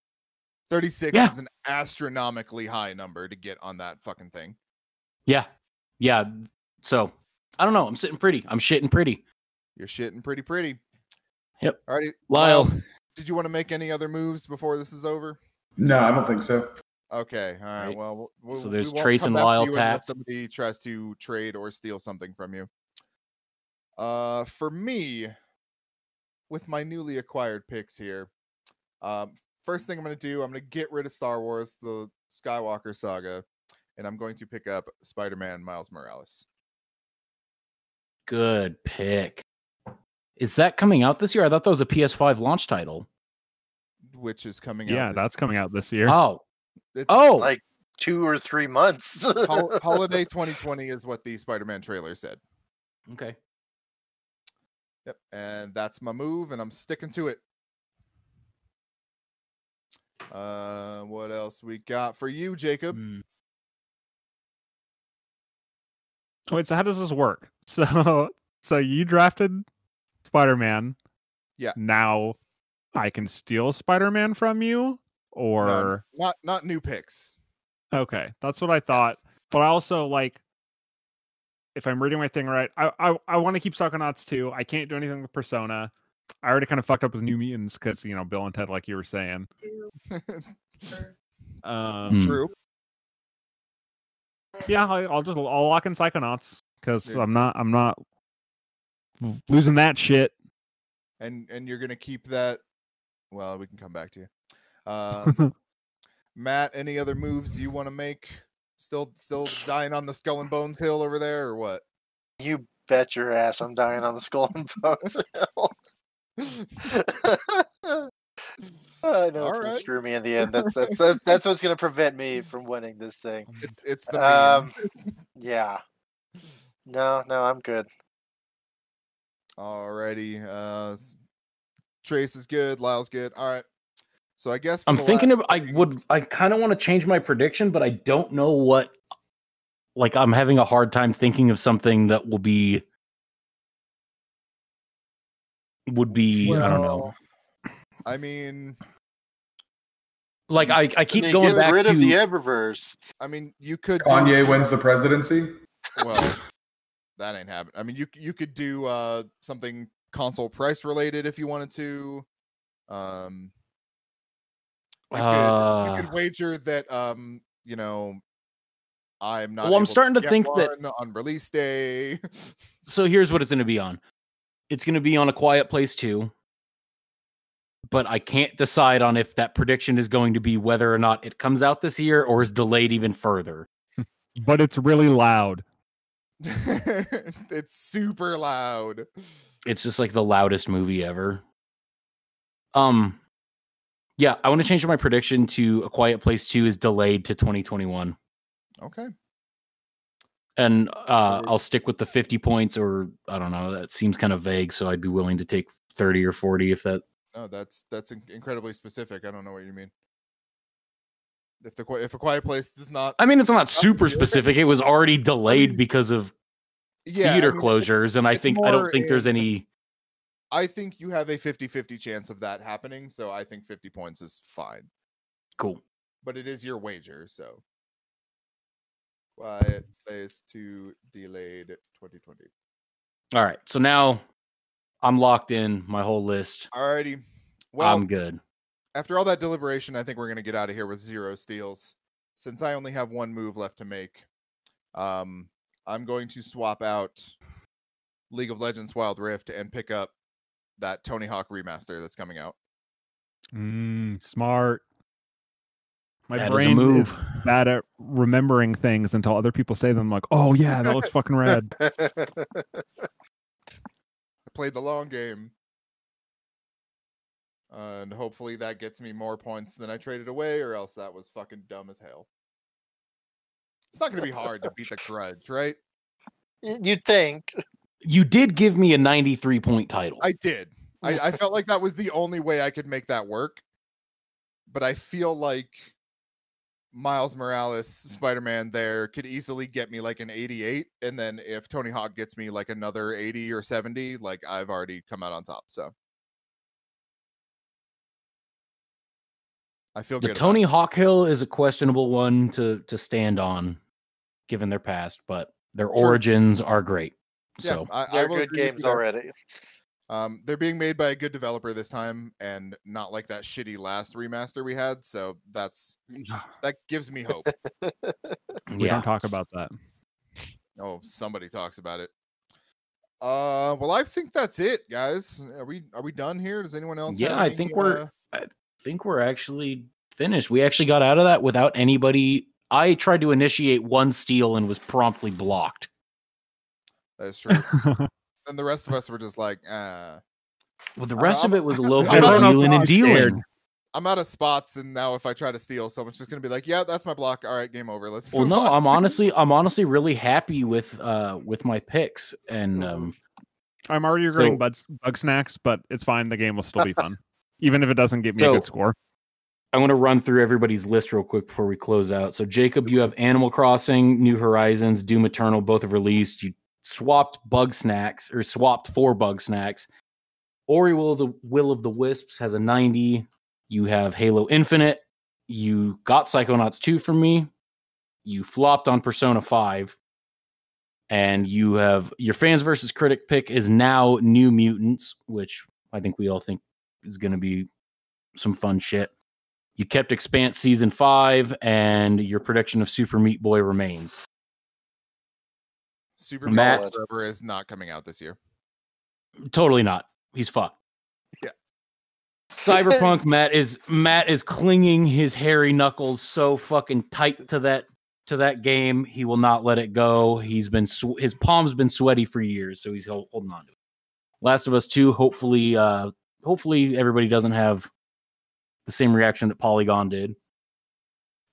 Speaker 2: 36
Speaker 1: Yeah.
Speaker 2: is an astronomically high number to get on that fucking thing.
Speaker 1: Yeah. Yeah. So I don't know. I'm sitting pretty. I'm shitting pretty.
Speaker 2: You're shitting pretty pretty.
Speaker 1: Yep.
Speaker 2: Alrighty.
Speaker 1: Lyle.
Speaker 2: did you want to make any other moves before this is over?
Speaker 5: No, I don't think so.
Speaker 2: Okay. All right.
Speaker 1: Right.
Speaker 2: Well, we'll- we'll,
Speaker 1: So there's
Speaker 2: we won't
Speaker 1: Trace
Speaker 2: come
Speaker 1: and
Speaker 2: back to
Speaker 1: Lyle
Speaker 2: you unless
Speaker 1: tapped.
Speaker 2: Somebody tries to trade or steal something from you. Uh, for me, with my newly acquired picks here, um, first thing I'm going to do, I'm going to get rid of Star Wars, the Skywalker saga, and I'm going to pick up Spider-Man Miles Morales.
Speaker 1: Good pick. Is that coming out this year? I thought that was a PS5 launch title.
Speaker 2: Which is coming out.
Speaker 4: Yeah,
Speaker 2: this- Ah.
Speaker 4: that's coming out this year.
Speaker 1: Oh.
Speaker 2: it's
Speaker 1: Oh.
Speaker 3: Like- Two or three months.
Speaker 2: hol- holiday 2020 is what the Spider-Man trailer said.
Speaker 1: okay.
Speaker 2: Yep, and that's my move, and I'm sticking to it. Uh, what else we got for you, Jacob?
Speaker 1: Mm.
Speaker 4: Wait, so how does this work? So, so you drafted Spider-Man.
Speaker 2: Yeah.
Speaker 4: Now I can steal Spider-Man from you or
Speaker 2: Not not new picks.
Speaker 4: okay, that's what I thought. But I also like if I'm reading my thing right, I I, I want to keep Psychonauts too. I can't do anything with Persona. I already kind of fucked up with New Mutants because you know Bill and Ted, like you were saying. Um,
Speaker 1: Hmm.
Speaker 2: True.
Speaker 4: Yeah, I, I'll just I'll lock in Psychonauts because
Speaker 2: There-
Speaker 4: I'm not I'm not l- losing that shit.
Speaker 2: And and you're gonna keep that. Well, we can come back to you. Um, Matt, any other moves you want to make? Still, still dying on the skull and bones hill over there, or what?
Speaker 3: You bet your ass I'm dying on the skull and bones hill. I know
Speaker 2: All
Speaker 3: it's gonna
Speaker 2: right.
Speaker 3: screw me in the end. That's that's that's, that's what's gonna prevent me from winning this thing.
Speaker 1: Um,
Speaker 2: It's it's the meme.
Speaker 3: Um, yeah. No, no, I'm good.
Speaker 2: Alrighty. Uh, s- Trace is good. Lyle's good. All right. So I guess for
Speaker 1: I'm
Speaker 2: the
Speaker 1: thinking
Speaker 2: last
Speaker 1: of I
Speaker 2: thing-
Speaker 1: would I kind of want to change my prediction, but I don't know what like I'm having a hard time thinking of something that will be would be I don't know.
Speaker 2: I mean,
Speaker 1: Like I I
Speaker 3: They
Speaker 1: keep going
Speaker 3: get
Speaker 1: back
Speaker 3: rid
Speaker 1: to
Speaker 3: of the Eververse.
Speaker 2: I mean, you could do-
Speaker 5: Kanye wins the presidency.
Speaker 2: well, that ain't happening. I mean, you c- you could do uh something console price related if you wanted to. Um, you could,
Speaker 1: uh,
Speaker 2: you could wager that um, you know, I'm not.
Speaker 1: Well, I'm
Speaker 2: able
Speaker 1: starting to
Speaker 2: get
Speaker 1: think that-
Speaker 2: one on release day.
Speaker 1: so here's what it's going to be on. It's going to be on a quiet place too. But I can't decide on if that prediction is going to be whether or not it comes out this year or is delayed even further.
Speaker 4: but it's really loud.
Speaker 2: it's super loud.
Speaker 1: it's just like the loudest movie ever. Um, yeah, I want to change my prediction to A Quiet Place Two is delayed to 2021,
Speaker 2: Okay.
Speaker 1: and uh, I'll stick with the 50 points, or I don't know. That seems kind of vague, so I'd be willing to take 30 or 40 if that.
Speaker 2: Oh, that's that's in- incredibly specific. I don't know what you mean. If the qui- if a quiet place does not,
Speaker 1: I mean, it's not super
Speaker 2: Okay.
Speaker 1: specific. It was already delayed because of
Speaker 2: yeah, I
Speaker 1: theater
Speaker 2: mean, it's-
Speaker 1: closures, and I
Speaker 2: it's
Speaker 1: think I don't
Speaker 2: more
Speaker 1: think there's
Speaker 2: in-
Speaker 1: any.
Speaker 2: I think you have a 50-50 chance of that happening, so I think 50 points is fine.
Speaker 1: Cool.
Speaker 2: But it is your wager, so quiet place to delayed 2020.
Speaker 1: All right, so now I'm locked in my whole list.
Speaker 2: Alrighty. Well,
Speaker 1: I'm good.
Speaker 2: after all that deliberation, I think we're gonna get out of here with zero steals. Since I only have one move left to make, um, I'm going to swap out League of Legends Wild Rift and pick up that Tony Hawk remaster that's coming out.
Speaker 4: Mm, smart. My
Speaker 1: That is a
Speaker 4: brain
Speaker 1: move.
Speaker 4: is bad at remembering things until other people say them. like, oh yeah, that looks fucking rad.
Speaker 2: I played the long game. And hopefully that gets me more points than I traded away, or else that was fucking dumb as hell. It's not going to be hard to beat the grudge, right?
Speaker 3: You'd think.
Speaker 1: You did give me a 93 point title.
Speaker 2: I did. I, I felt like that was the only way I could make that work. But I feel like Miles Morales, Spider Man, there could easily get me like an 88. And then if Tony Hawk gets me like another 80 or 70, like I've already come out on top. So I feel
Speaker 1: The
Speaker 2: good. about
Speaker 1: Tony
Speaker 2: it.
Speaker 1: Hawk Hill is a questionable one to to stand on, given their past, but their
Speaker 2: True.
Speaker 1: origins are great.
Speaker 2: Yeah,
Speaker 1: So
Speaker 2: I, I
Speaker 3: They're
Speaker 2: will
Speaker 3: good
Speaker 2: agree with
Speaker 3: games
Speaker 2: you there.
Speaker 3: already.
Speaker 2: Um, they're being made by a good developer this time and not like that shitty last remaster we had. So that's that gives me hope.
Speaker 4: We
Speaker 1: yeah,
Speaker 4: don't talk about that.
Speaker 2: Oh, somebody talks about it. Uh, well, I think that's it, guys. Are we are we done here? Does anyone else? have
Speaker 1: Yeah, I
Speaker 2: any,
Speaker 1: think we're-
Speaker 2: uh,
Speaker 1: I think we're actually finished. We actually got out of that without anybody. I tried to initiate one steal and was promptly blocked.
Speaker 2: that's true. and the rest of us were just like, uh,
Speaker 1: Well, the
Speaker 2: I'm-
Speaker 1: rest of
Speaker 2: I'm-
Speaker 1: it was a little
Speaker 2: I'm
Speaker 1: bit of
Speaker 2: not- I'm
Speaker 1: wheeling and
Speaker 4: not scared.
Speaker 1: dealing.
Speaker 2: I'm out of spots, and now if I try to steal, someone's just gonna be like, yeah, that's my block. All right, game over. Let's.
Speaker 1: Well,
Speaker 2: move
Speaker 1: no, uh,
Speaker 2: on."
Speaker 1: I'm honestly, I'm honestly really happy with uh with my picks, and
Speaker 3: Mhm.
Speaker 1: um,
Speaker 4: I'm already regretting
Speaker 1: So-
Speaker 4: buds, bug snacks, but it's fine. The game will still be fun, even if it doesn't give me a
Speaker 1: So-
Speaker 4: good score.
Speaker 1: I want to run through everybody's list real quick before we close out. So, Jacob, you have Animal Crossing, New Horizons, Doom Eternal, both have released. You swapped Bug Snacks or swapped four Bug Snacks. Ori Will of the Will of the Wisps has a 90. You have Halo Infinite. You got Psychonauts 2 from me. You flopped on Persona 5. And you have your fans versus critic pick is now New Mutants, which I think we all think is going to be some fun shit. You kept Expanse season five, and your prediction of Super Meat Boy remains.
Speaker 2: Super
Speaker 1: Matt-
Speaker 2: Mario Forever is not coming out this year.
Speaker 1: Totally not. He's fucked.
Speaker 2: Yeah.
Speaker 1: Cyberpunk Matt is Matt is clinging his hairy knuckles so fucking tight to that to that game. He will not let it go. He's been sw- his palm's been sweaty for years, so he's hol- holding on to it. Last of Us Two. Hopefully, uh, hopefully everybody doesn't have the same reaction that Polygon did.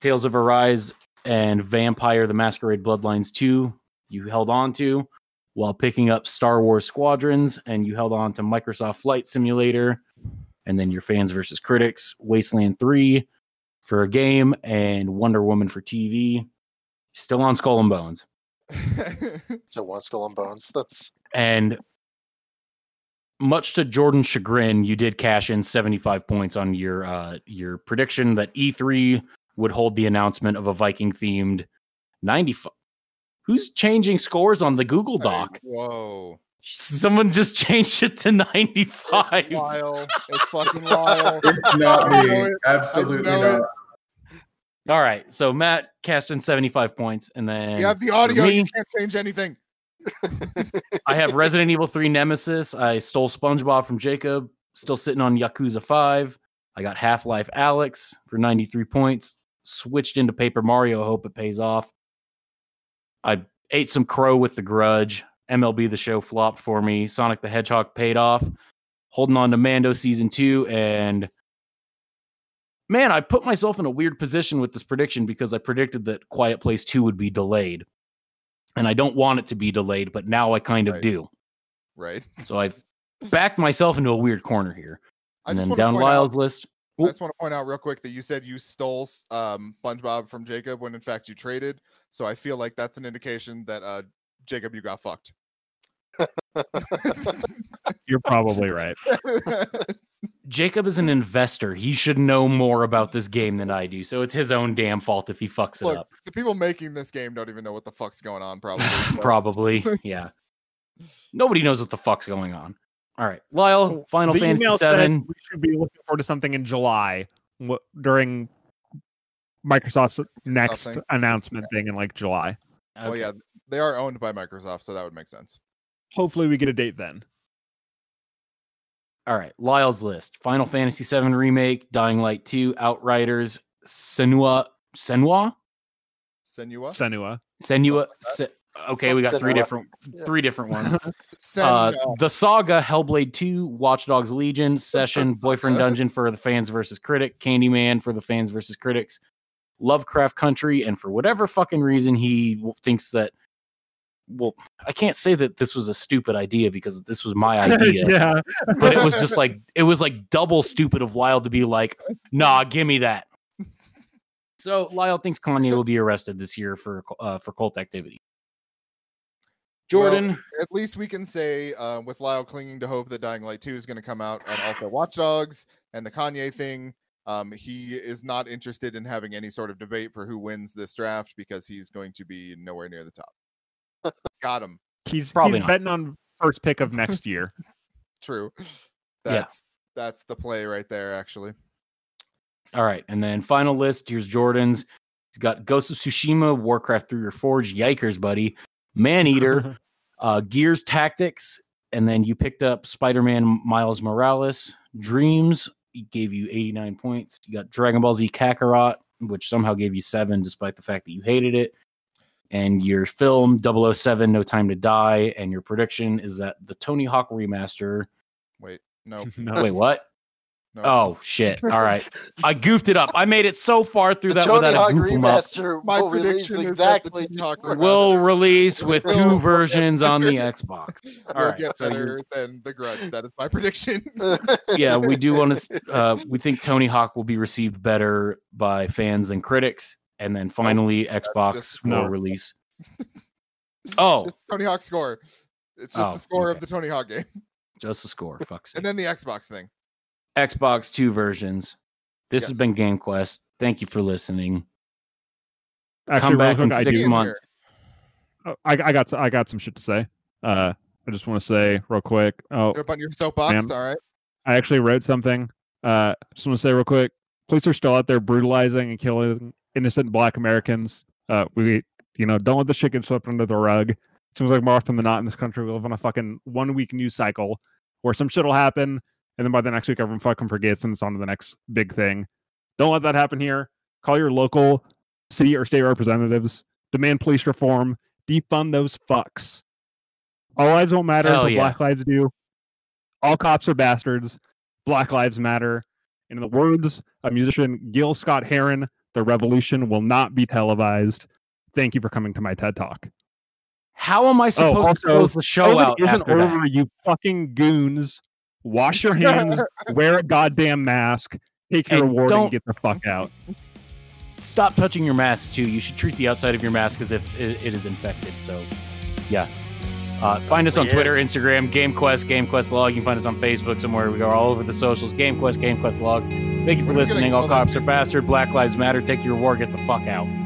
Speaker 1: Tales of Arise and Vampire: The Masquerade Bloodlines Two. You held on to while picking up Star Wars Squadrons, and you held on to Microsoft Flight Simulator, and then your fans versus critics, Wasteland Three for a game, and Wonder Woman for TV. Still on Skull and Bones.
Speaker 3: So one skull and bones. That's
Speaker 1: And much to Jordan's chagrin, you did cash in 75 points on your uh, your prediction that E3 would hold the announcement of a Viking themed 95. Who's changing scores on the Google
Speaker 2: Hey,
Speaker 1: Doc?
Speaker 2: whoa.
Speaker 1: Someone just changed it to 95.
Speaker 2: It's Lyle. It's fucking Lyle.
Speaker 5: Not
Speaker 2: I know
Speaker 5: me.
Speaker 2: it.
Speaker 5: Absolutely
Speaker 2: I know
Speaker 5: not.
Speaker 1: All right. So Matt cast in 75 points and then
Speaker 2: You have the audio.
Speaker 1: me-
Speaker 2: You can't change anything.
Speaker 1: I have Resident Evil 3 Nemesis. I stole SpongeBob from Jacob. Still sitting on Yakuza 5. I got Half Life Alex for 93 points. Switched into Paper Mario. Hope it pays off. I ate some crow with the grudge. MLB the show flopped for me. Sonic the Hedgehog paid off. Holding on to Mando season two. And man, I put myself in a weird position with this prediction because I predicted that Quiet Place 2 would be delayed. And I don't want it to be delayed, but now I kind of
Speaker 2: Right.
Speaker 1: do.
Speaker 2: Right.
Speaker 1: So I've backed myself into a weird corner here.
Speaker 2: I
Speaker 1: and
Speaker 2: just
Speaker 1: then
Speaker 2: want to
Speaker 1: down
Speaker 2: point
Speaker 1: Lyle's
Speaker 2: out.
Speaker 1: list.
Speaker 2: I just want to point out real quick that you said you stole s- um, SpongeBob from Jacob when in fact you traded. So I feel like that's an indication that uh, Jacob, you got fucked.
Speaker 4: You're probably right.
Speaker 1: Jacob is an investor. He should know more about this game than I do. So it's his own damn fault if he fucks it
Speaker 2: Look,
Speaker 1: up.
Speaker 2: the people making this game don't even know what the fuck's going on, probably. so-
Speaker 1: Probably. Yeah. Nobody knows what the fuck's going on. All right. Lyle, Final
Speaker 4: the
Speaker 1: Fantasy
Speaker 4: email said
Speaker 1: VII.
Speaker 4: we should be looking forward to something in July wh- during Microsoft's next
Speaker 2: thing.
Speaker 4: announcement thing in like July.
Speaker 1: Okay.
Speaker 2: Well, Oh, yeah, they are owned by Microsoft, so that would make sense.
Speaker 4: Hopefully, we get a date then.
Speaker 1: All right. Lyle's list Final Fantasy VII Remake, Dying Light 2, Outriders, Senua. Senua?
Speaker 2: Senua?
Speaker 4: Senua.
Speaker 1: Senua. Se- okay. We got
Speaker 3: Something
Speaker 1: three
Speaker 3: like-
Speaker 1: different, three different ones. Uh,
Speaker 2: Senua.
Speaker 1: the Saga, Hellblade 2, Watch Dogs Legion, Session, Boyfriend Dungeon for the fans versus critic, Candyman for the fans versus critics, Lovecraft Country, and for whatever fucking reason he w- thinks that. Well, I can't say that this was a stupid idea because this was my idea,
Speaker 4: yeah.
Speaker 1: but it was just like it was like double stupid of Lyle to be like, "Nah, give me that." So Lyle thinks Kanye will be arrested this year for uh, for cult activity.
Speaker 2: Well,
Speaker 1: Jordan,
Speaker 2: at least we can say uh, with Lyle clinging to hope that Dying Light 2 is going to come out and also Watch Dogs and the Kanye thing. Um, he is not interested in having any sort of debate for who wins this draft because he's going to be nowhere near the top. Got him.
Speaker 4: He's
Speaker 1: Probably
Speaker 4: he's
Speaker 1: not.
Speaker 4: betting on first pick of next year.
Speaker 2: True. That's that's the play right there, actually.
Speaker 1: All right, and then final list. Here's Jordan's. He's got Ghost of Tsushima, Warcraft 3 Reforged, Yikers, buddy, Man Eater, uh, Gears Tactics, and then you picked up Spider Man Miles Morales, Dreams. He gave you 89 points. You got Dragon Ball Z Kakarot, which somehow gave you seven, despite the fact that you hated it. And your film 007, No Time to Die. And your prediction is that the Tony Hawk remaster.
Speaker 2: Wait, no,
Speaker 4: no.
Speaker 1: Wait, what?
Speaker 2: no.
Speaker 1: Oh, shit. All right. I goofed it up. I made it so far through
Speaker 3: the
Speaker 1: that
Speaker 3: Tony
Speaker 1: without
Speaker 3: Hawk
Speaker 1: a goof 'em up.
Speaker 3: remaster
Speaker 2: My
Speaker 3: will release
Speaker 2: prediction is that the
Speaker 3: exactly
Speaker 2: Tony Hawk
Speaker 3: two hours.
Speaker 2: remaster-
Speaker 1: Will release with
Speaker 2: Will
Speaker 1: two
Speaker 2: get
Speaker 1: versions on the
Speaker 2: better.
Speaker 1: Xbox.
Speaker 2: We'll
Speaker 1: right,
Speaker 2: get
Speaker 1: so you're-
Speaker 2: better than the grudge. That is my prediction.
Speaker 1: Yeah, we do want to. Uh, we think Tony Hawk will be received better by fans than critics, and then finally Xbox
Speaker 2: just-
Speaker 1: will
Speaker 4: No.
Speaker 1: release.
Speaker 2: It's
Speaker 1: Oh,
Speaker 2: just Tony Hawk score. It's just
Speaker 1: Oh,
Speaker 2: the score
Speaker 1: okay.
Speaker 2: of the Tony Hawk game,
Speaker 1: just the score. Fuck's sake.
Speaker 2: and then the Xbox thing.
Speaker 1: Xbox two versions. This has
Speaker 2: Yes.
Speaker 1: been Game Quest. Thank you for listening.
Speaker 4: Actually,
Speaker 1: Come
Speaker 4: real
Speaker 1: back in
Speaker 4: quick, I
Speaker 1: six
Speaker 4: do-
Speaker 2: Ian
Speaker 1: months.
Speaker 2: here.
Speaker 4: Oh, I, I got I got some shit to say. Uh, I just want to say real quick. Oh,
Speaker 2: Get up on your soapbox.
Speaker 4: Ma'am.
Speaker 2: All right.
Speaker 4: I actually wrote something. Uh, just want to say real quick. Police are still out there brutalizing and killing innocent Black Americans. Uh, we, you know, don't let the shit get swept under the rug. Seems like more often than not in this country, we live on a fucking one week news cycle where some shit will happen, and then by the next week, everyone fucking forgets and it's on to the next big thing. Don't let that happen here. Call your local city or state representatives, demand police reform, defund those fucks. All lives don't matter
Speaker 1: Hell
Speaker 4: until
Speaker 1: yeah.
Speaker 4: black lives do. All cops are bastards. Black lives matter. And in the words of musician Gil Scott Heron, the revolution will not be televised. Thank you for coming to my TED Talk.
Speaker 1: How am I supposed
Speaker 4: Oh, also,
Speaker 1: to close the show
Speaker 4: COVID
Speaker 1: out
Speaker 4: isn't
Speaker 1: after that?
Speaker 4: over, you fucking goons. Wash your hands, wear a goddamn mask, take your
Speaker 1: And
Speaker 4: reward,
Speaker 1: don't-
Speaker 4: and get the fuck out.
Speaker 1: Stop touching your mask too. You should treat the outside of your mask as if it, it is infected. So, yeah. Uh, find us on
Speaker 3: Yes.
Speaker 1: Twitter, Instagram, GameQuest, GameQuest Log. You can find us on Facebook somewhere. We are all over the socials. GameQuest, GameQuest Log. Thank you for
Speaker 2: We're gonna
Speaker 1: listening.
Speaker 2: go
Speaker 1: All cops are
Speaker 2: just-
Speaker 1: bastard. Black lives matter. Take your war. Get the fuck out.